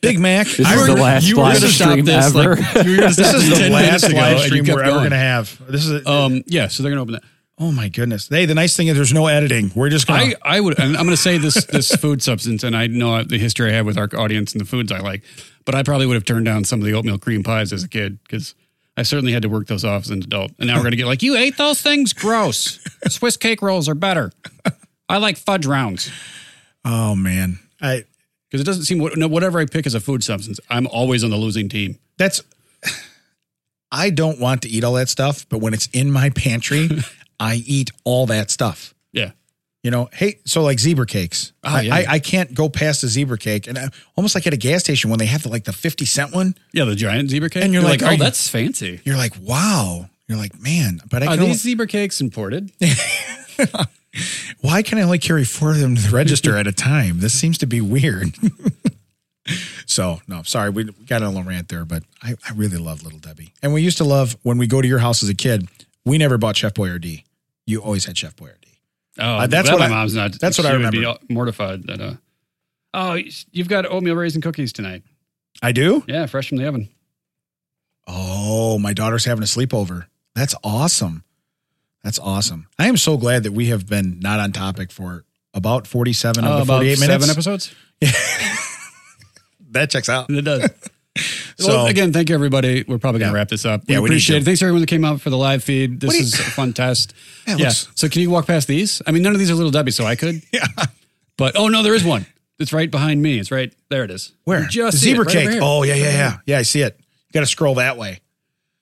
[SPEAKER 2] Big Mac?
[SPEAKER 3] This
[SPEAKER 2] I
[SPEAKER 3] is
[SPEAKER 2] were-
[SPEAKER 3] the last
[SPEAKER 1] you were
[SPEAKER 3] live
[SPEAKER 1] gonna stop
[SPEAKER 3] stream
[SPEAKER 1] this,
[SPEAKER 3] ever.
[SPEAKER 1] like, you were gonna
[SPEAKER 2] this
[SPEAKER 1] stop this
[SPEAKER 2] is the
[SPEAKER 1] 10 minutes
[SPEAKER 2] last
[SPEAKER 1] ago,
[SPEAKER 2] live
[SPEAKER 1] and you
[SPEAKER 2] stream
[SPEAKER 1] kept
[SPEAKER 2] we're ever
[SPEAKER 1] going.
[SPEAKER 2] gonna have. This is a,
[SPEAKER 1] Um, yeah, so they're gonna open that.
[SPEAKER 2] Oh my goodness. Hey, the nice thing is there's no editing. We're just gonna
[SPEAKER 1] I, I would, and I'm going to say this this food substance, and I know the history I have with our audience and the foods I like, but I probably would have turned down some of the oatmeal cream pies as a kid because I certainly had to work those off as an adult. And now we're going to get like, you ate those things? Gross. Swiss cake rolls are better. I like fudge rounds
[SPEAKER 2] Oh man. I
[SPEAKER 1] because it doesn't seem what- no, whatever I pick as a food substance, I'm always on the losing team.
[SPEAKER 2] that's I don't want to eat all that stuff, but when it's in my pantry, I eat all that stuff.
[SPEAKER 1] Yeah,
[SPEAKER 2] You know, hey, so like zebra cakes.
[SPEAKER 1] Oh,
[SPEAKER 2] I,
[SPEAKER 1] yeah.
[SPEAKER 2] I, I can't go past a zebra cake and I, almost like at a gas station when they have the, like the 50 cent one,
[SPEAKER 1] yeah, the giant zebra cake,
[SPEAKER 2] And you're like, are
[SPEAKER 1] oh,
[SPEAKER 2] you-
[SPEAKER 1] that's fancy.
[SPEAKER 2] you're like, wow. You're like, man, but I
[SPEAKER 1] Are
[SPEAKER 2] can
[SPEAKER 1] these
[SPEAKER 2] only,
[SPEAKER 1] zebra cakes imported?
[SPEAKER 2] why can I only carry four of them to the register at a time? This seems to be weird. so no, sorry, we we got on a little rant there, but I, I really love Little Debbie. And we used to love when we go to your house as a kid, we never bought Chef Boyardee. You always had Chef Boyardee.
[SPEAKER 1] Oh,
[SPEAKER 2] that's
[SPEAKER 1] that
[SPEAKER 2] what
[SPEAKER 1] my
[SPEAKER 2] I-
[SPEAKER 1] mom's not.
[SPEAKER 2] that's what
[SPEAKER 1] she
[SPEAKER 2] I
[SPEAKER 1] would be
[SPEAKER 2] remember.
[SPEAKER 1] all- mortified that. Uh, oh, you've got oatmeal raisin cookies tonight.
[SPEAKER 2] I do?
[SPEAKER 1] Yeah, fresh from the oven.
[SPEAKER 2] Oh, my daughter's having a sleepover. That's awesome. That's awesome. I am so glad that we have been not on topic for about 47 of
[SPEAKER 1] Uh,
[SPEAKER 2] the 48 minutes.
[SPEAKER 1] seven episodes.
[SPEAKER 2] That checks out.
[SPEAKER 1] It does.
[SPEAKER 2] So-
[SPEAKER 1] well, again, thank you everybody. We're probably gonna
[SPEAKER 2] Yeah.
[SPEAKER 1] wrap this up. We
[SPEAKER 2] Yeah, we need
[SPEAKER 1] appreciate it.
[SPEAKER 2] to.
[SPEAKER 1] Thanks to everyone that came out for the live feed. This
[SPEAKER 2] do you-
[SPEAKER 1] is a fun test.
[SPEAKER 2] Yeah,
[SPEAKER 1] Yeah.
[SPEAKER 2] it looks-
[SPEAKER 1] So can you walk past these? I mean, none of these are little Debbie, so I could. yeah. But oh no, there is one. It's right behind me. It's right there. It is.
[SPEAKER 2] Where?
[SPEAKER 1] You Just see it,
[SPEAKER 2] Zebra
[SPEAKER 1] right
[SPEAKER 2] cake.
[SPEAKER 1] over here.
[SPEAKER 2] oh, yeah, yeah, yeah. Yeah, I see it. You got to scroll that way.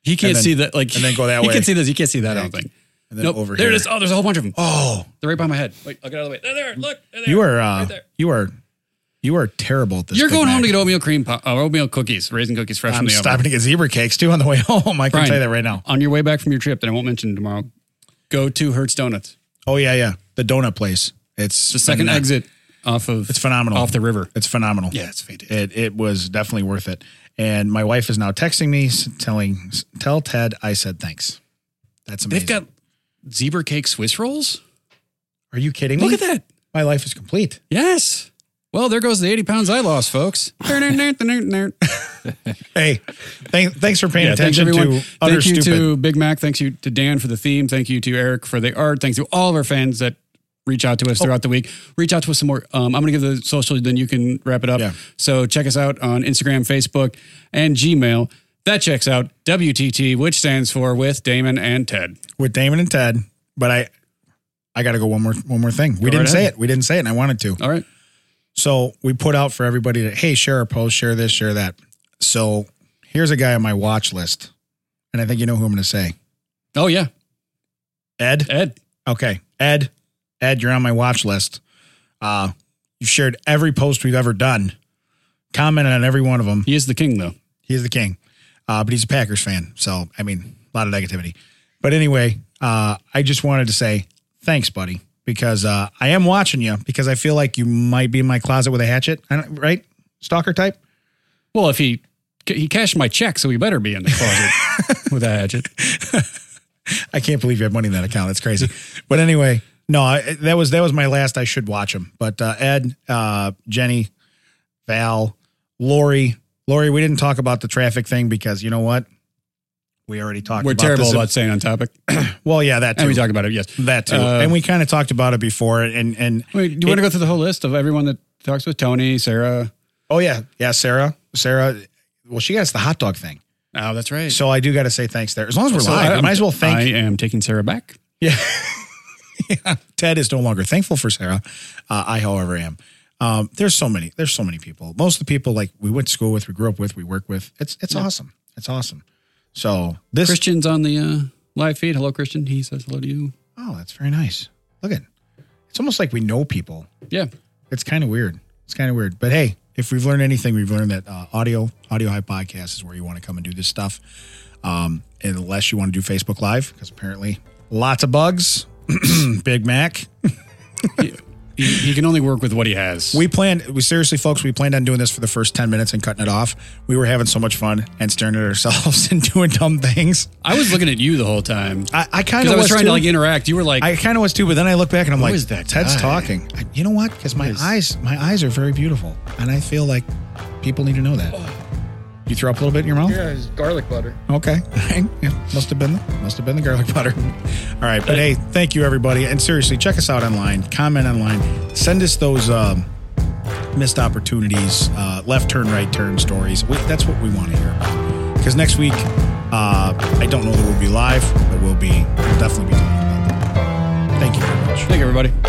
[SPEAKER 1] He can't
[SPEAKER 2] And then-
[SPEAKER 1] see that. Like
[SPEAKER 2] and then go that
[SPEAKER 1] he
[SPEAKER 2] way.
[SPEAKER 1] can see this. He can't see that. I don't think.
[SPEAKER 2] And then
[SPEAKER 1] nope.
[SPEAKER 2] over
[SPEAKER 1] there
[SPEAKER 2] here.
[SPEAKER 1] it is. Oh, there's a whole bunch of them.
[SPEAKER 2] Oh,
[SPEAKER 1] They're right by my head. Wait, I'll get out of the way. There, there. Look. There,
[SPEAKER 2] you are uh,
[SPEAKER 1] Right there.
[SPEAKER 2] you are you are terrible at this.
[SPEAKER 1] You're
[SPEAKER 2] Big
[SPEAKER 1] going
[SPEAKER 2] Mac.
[SPEAKER 1] home to get oatmeal cream, pop, uh, oatmeal cookies, raisin cookies, fresh from
[SPEAKER 2] I'm
[SPEAKER 1] the oven.
[SPEAKER 2] stopping to get zebra cakes too on the way home. I can
[SPEAKER 1] Brian.
[SPEAKER 2] tell you that right now.
[SPEAKER 1] on your way back from your trip that I won't mention tomorrow, go to Hertz Donuts.
[SPEAKER 2] Oh yeah, yeah. The donut place. It's
[SPEAKER 1] The second exit off of
[SPEAKER 2] It's phenomenal.
[SPEAKER 1] off the river.
[SPEAKER 2] It's phenomenal.
[SPEAKER 1] Yeah, it's fantastic.
[SPEAKER 2] It it was definitely worth it. And my wife is now texting me s- telling s- tell Ted I said thanks. That's amazing.
[SPEAKER 1] They've got zebra cake Swiss rolls.
[SPEAKER 2] Are you kidding me?
[SPEAKER 1] Look at that.
[SPEAKER 2] My life is complete.
[SPEAKER 1] Yes. Well, there goes the 80 pounds I lost, folks. yeah,
[SPEAKER 2] Hey, thank, thanks for paying
[SPEAKER 1] thanks,
[SPEAKER 2] attention
[SPEAKER 1] everyone.
[SPEAKER 2] to utter
[SPEAKER 1] Thank you
[SPEAKER 2] stupid.
[SPEAKER 1] to Big Mac. Thanks you to Dan for the theme. Thank you to Eric for the art. Thanks to all of our fans that reach out
[SPEAKER 2] Oh.
[SPEAKER 1] to us throughout the week. Reach out to us some more. Um, I'm going to give the social, then you can wrap it up.
[SPEAKER 2] Yeah.
[SPEAKER 1] So check us out on Instagram, Facebook, and Gmail. That checks out WTT, which stands for with Damon and Ted.
[SPEAKER 2] with Damon and Ted, but I I got to go one more one more thing. We didn't
[SPEAKER 1] right
[SPEAKER 2] say
[SPEAKER 1] ahead.
[SPEAKER 2] it. We didn't say it, and I wanted to.
[SPEAKER 1] All right.
[SPEAKER 2] So we put out for everybody to hey, share our post, share this, share that. So here's a guy on my watch list, and I think you know who I'm going to say.
[SPEAKER 1] Oh yeah,
[SPEAKER 2] Ed.
[SPEAKER 1] Ed.
[SPEAKER 2] Okay, Ed. Ed, you're on my watch list. Uh, you've shared every post we've ever done, commented on every one of them.
[SPEAKER 1] He is the king though.
[SPEAKER 2] He's the king. Uh, but he's a Packers fan. So, I mean, a lot of negativity. But anyway, uh, I just wanted to say thanks, buddy, because uh, I am watching you because I feel like you might be in my closet with a hatchet, I don't, right? Stalker type?
[SPEAKER 1] Well, if he he cashed my check, so he better be in the closet with a hatchet.
[SPEAKER 2] I can't believe you have money in that account. That's crazy. but anyway, no, I, that was that was my last. I should watch him. But uh, Ed, uh, Jenny, Val, Lori, Lori, we didn't talk about the traffic thing because you know what? We already talked.
[SPEAKER 1] We're
[SPEAKER 2] about
[SPEAKER 1] terrible
[SPEAKER 2] this.
[SPEAKER 1] about staying on topic,
[SPEAKER 2] Well, yeah, that too.
[SPEAKER 1] and we talk about it. Yes.
[SPEAKER 2] That too.
[SPEAKER 1] Uh,
[SPEAKER 2] and we kind of talked about it before. And and
[SPEAKER 1] Wait, do you want to go through the whole list of everyone that talks with Tony, Sarah?
[SPEAKER 2] oh yeah, yeah, Sarah, Sarah. Well, she got us the hot dog thing,
[SPEAKER 1] Oh, that's right.
[SPEAKER 2] so I do got to say thanks there. As long as we're
[SPEAKER 1] So
[SPEAKER 2] live, I,
[SPEAKER 1] I'm-
[SPEAKER 2] might as well thank.
[SPEAKER 1] I am taking Sarah back.
[SPEAKER 2] Ted is no longer thankful for Sarah. Uh, I, however, am. Um, there's so many. There's so many people. Most of the people like we went to school with, we grew up with, we work with. It's it's awesome. It's awesome. So this.
[SPEAKER 1] Christian's on the uh, live feed. Hello, Christian. He says hello to you.
[SPEAKER 2] Oh, that's very nice. Look at. It's almost like we know people.
[SPEAKER 1] Yeah.
[SPEAKER 2] It's kind of weird. It's kind of weird. But hey, if we've learned anything, we've learned that uh, audio audio high podcast is where you want to come and do this stuff. Um, unless you want to do Facebook Live, because apparently lots of bugs. Big Mac.
[SPEAKER 1] He, he can only work with what he has.
[SPEAKER 2] We planned, we seriously, folks, we planned on doing this for the first 10 minutes and cutting it off. We were having so much fun and staring at ourselves and doing dumb things.
[SPEAKER 1] I was looking at you the whole time
[SPEAKER 2] I, I kind
[SPEAKER 1] because
[SPEAKER 2] of
[SPEAKER 1] I
[SPEAKER 2] was,
[SPEAKER 1] was trying
[SPEAKER 2] too.
[SPEAKER 1] to like interact. You were like,
[SPEAKER 2] I kind of was too, but then I look back and I'm like,
[SPEAKER 1] is that
[SPEAKER 2] Ted's
[SPEAKER 1] guy?
[SPEAKER 2] talking. I, you know what? Because my eyes, my eyes are very beautiful, and I feel like people need to know that. You throw up a little bit in your mouth.
[SPEAKER 5] Yeah, it's garlic butter.
[SPEAKER 2] Okay, Yeah, must have been the must have been the garlic butter. All right, but hey, thank you everybody, and seriously, check us out online, comment online, send us those um, missed opportunities, uh, left turn, right turn stories. We, that's what we want to hear about. Because next week, uh, I don't know that we'll be live, but we'll be we'll definitely be talking about that. Thank you very much.
[SPEAKER 1] thank you, everybody.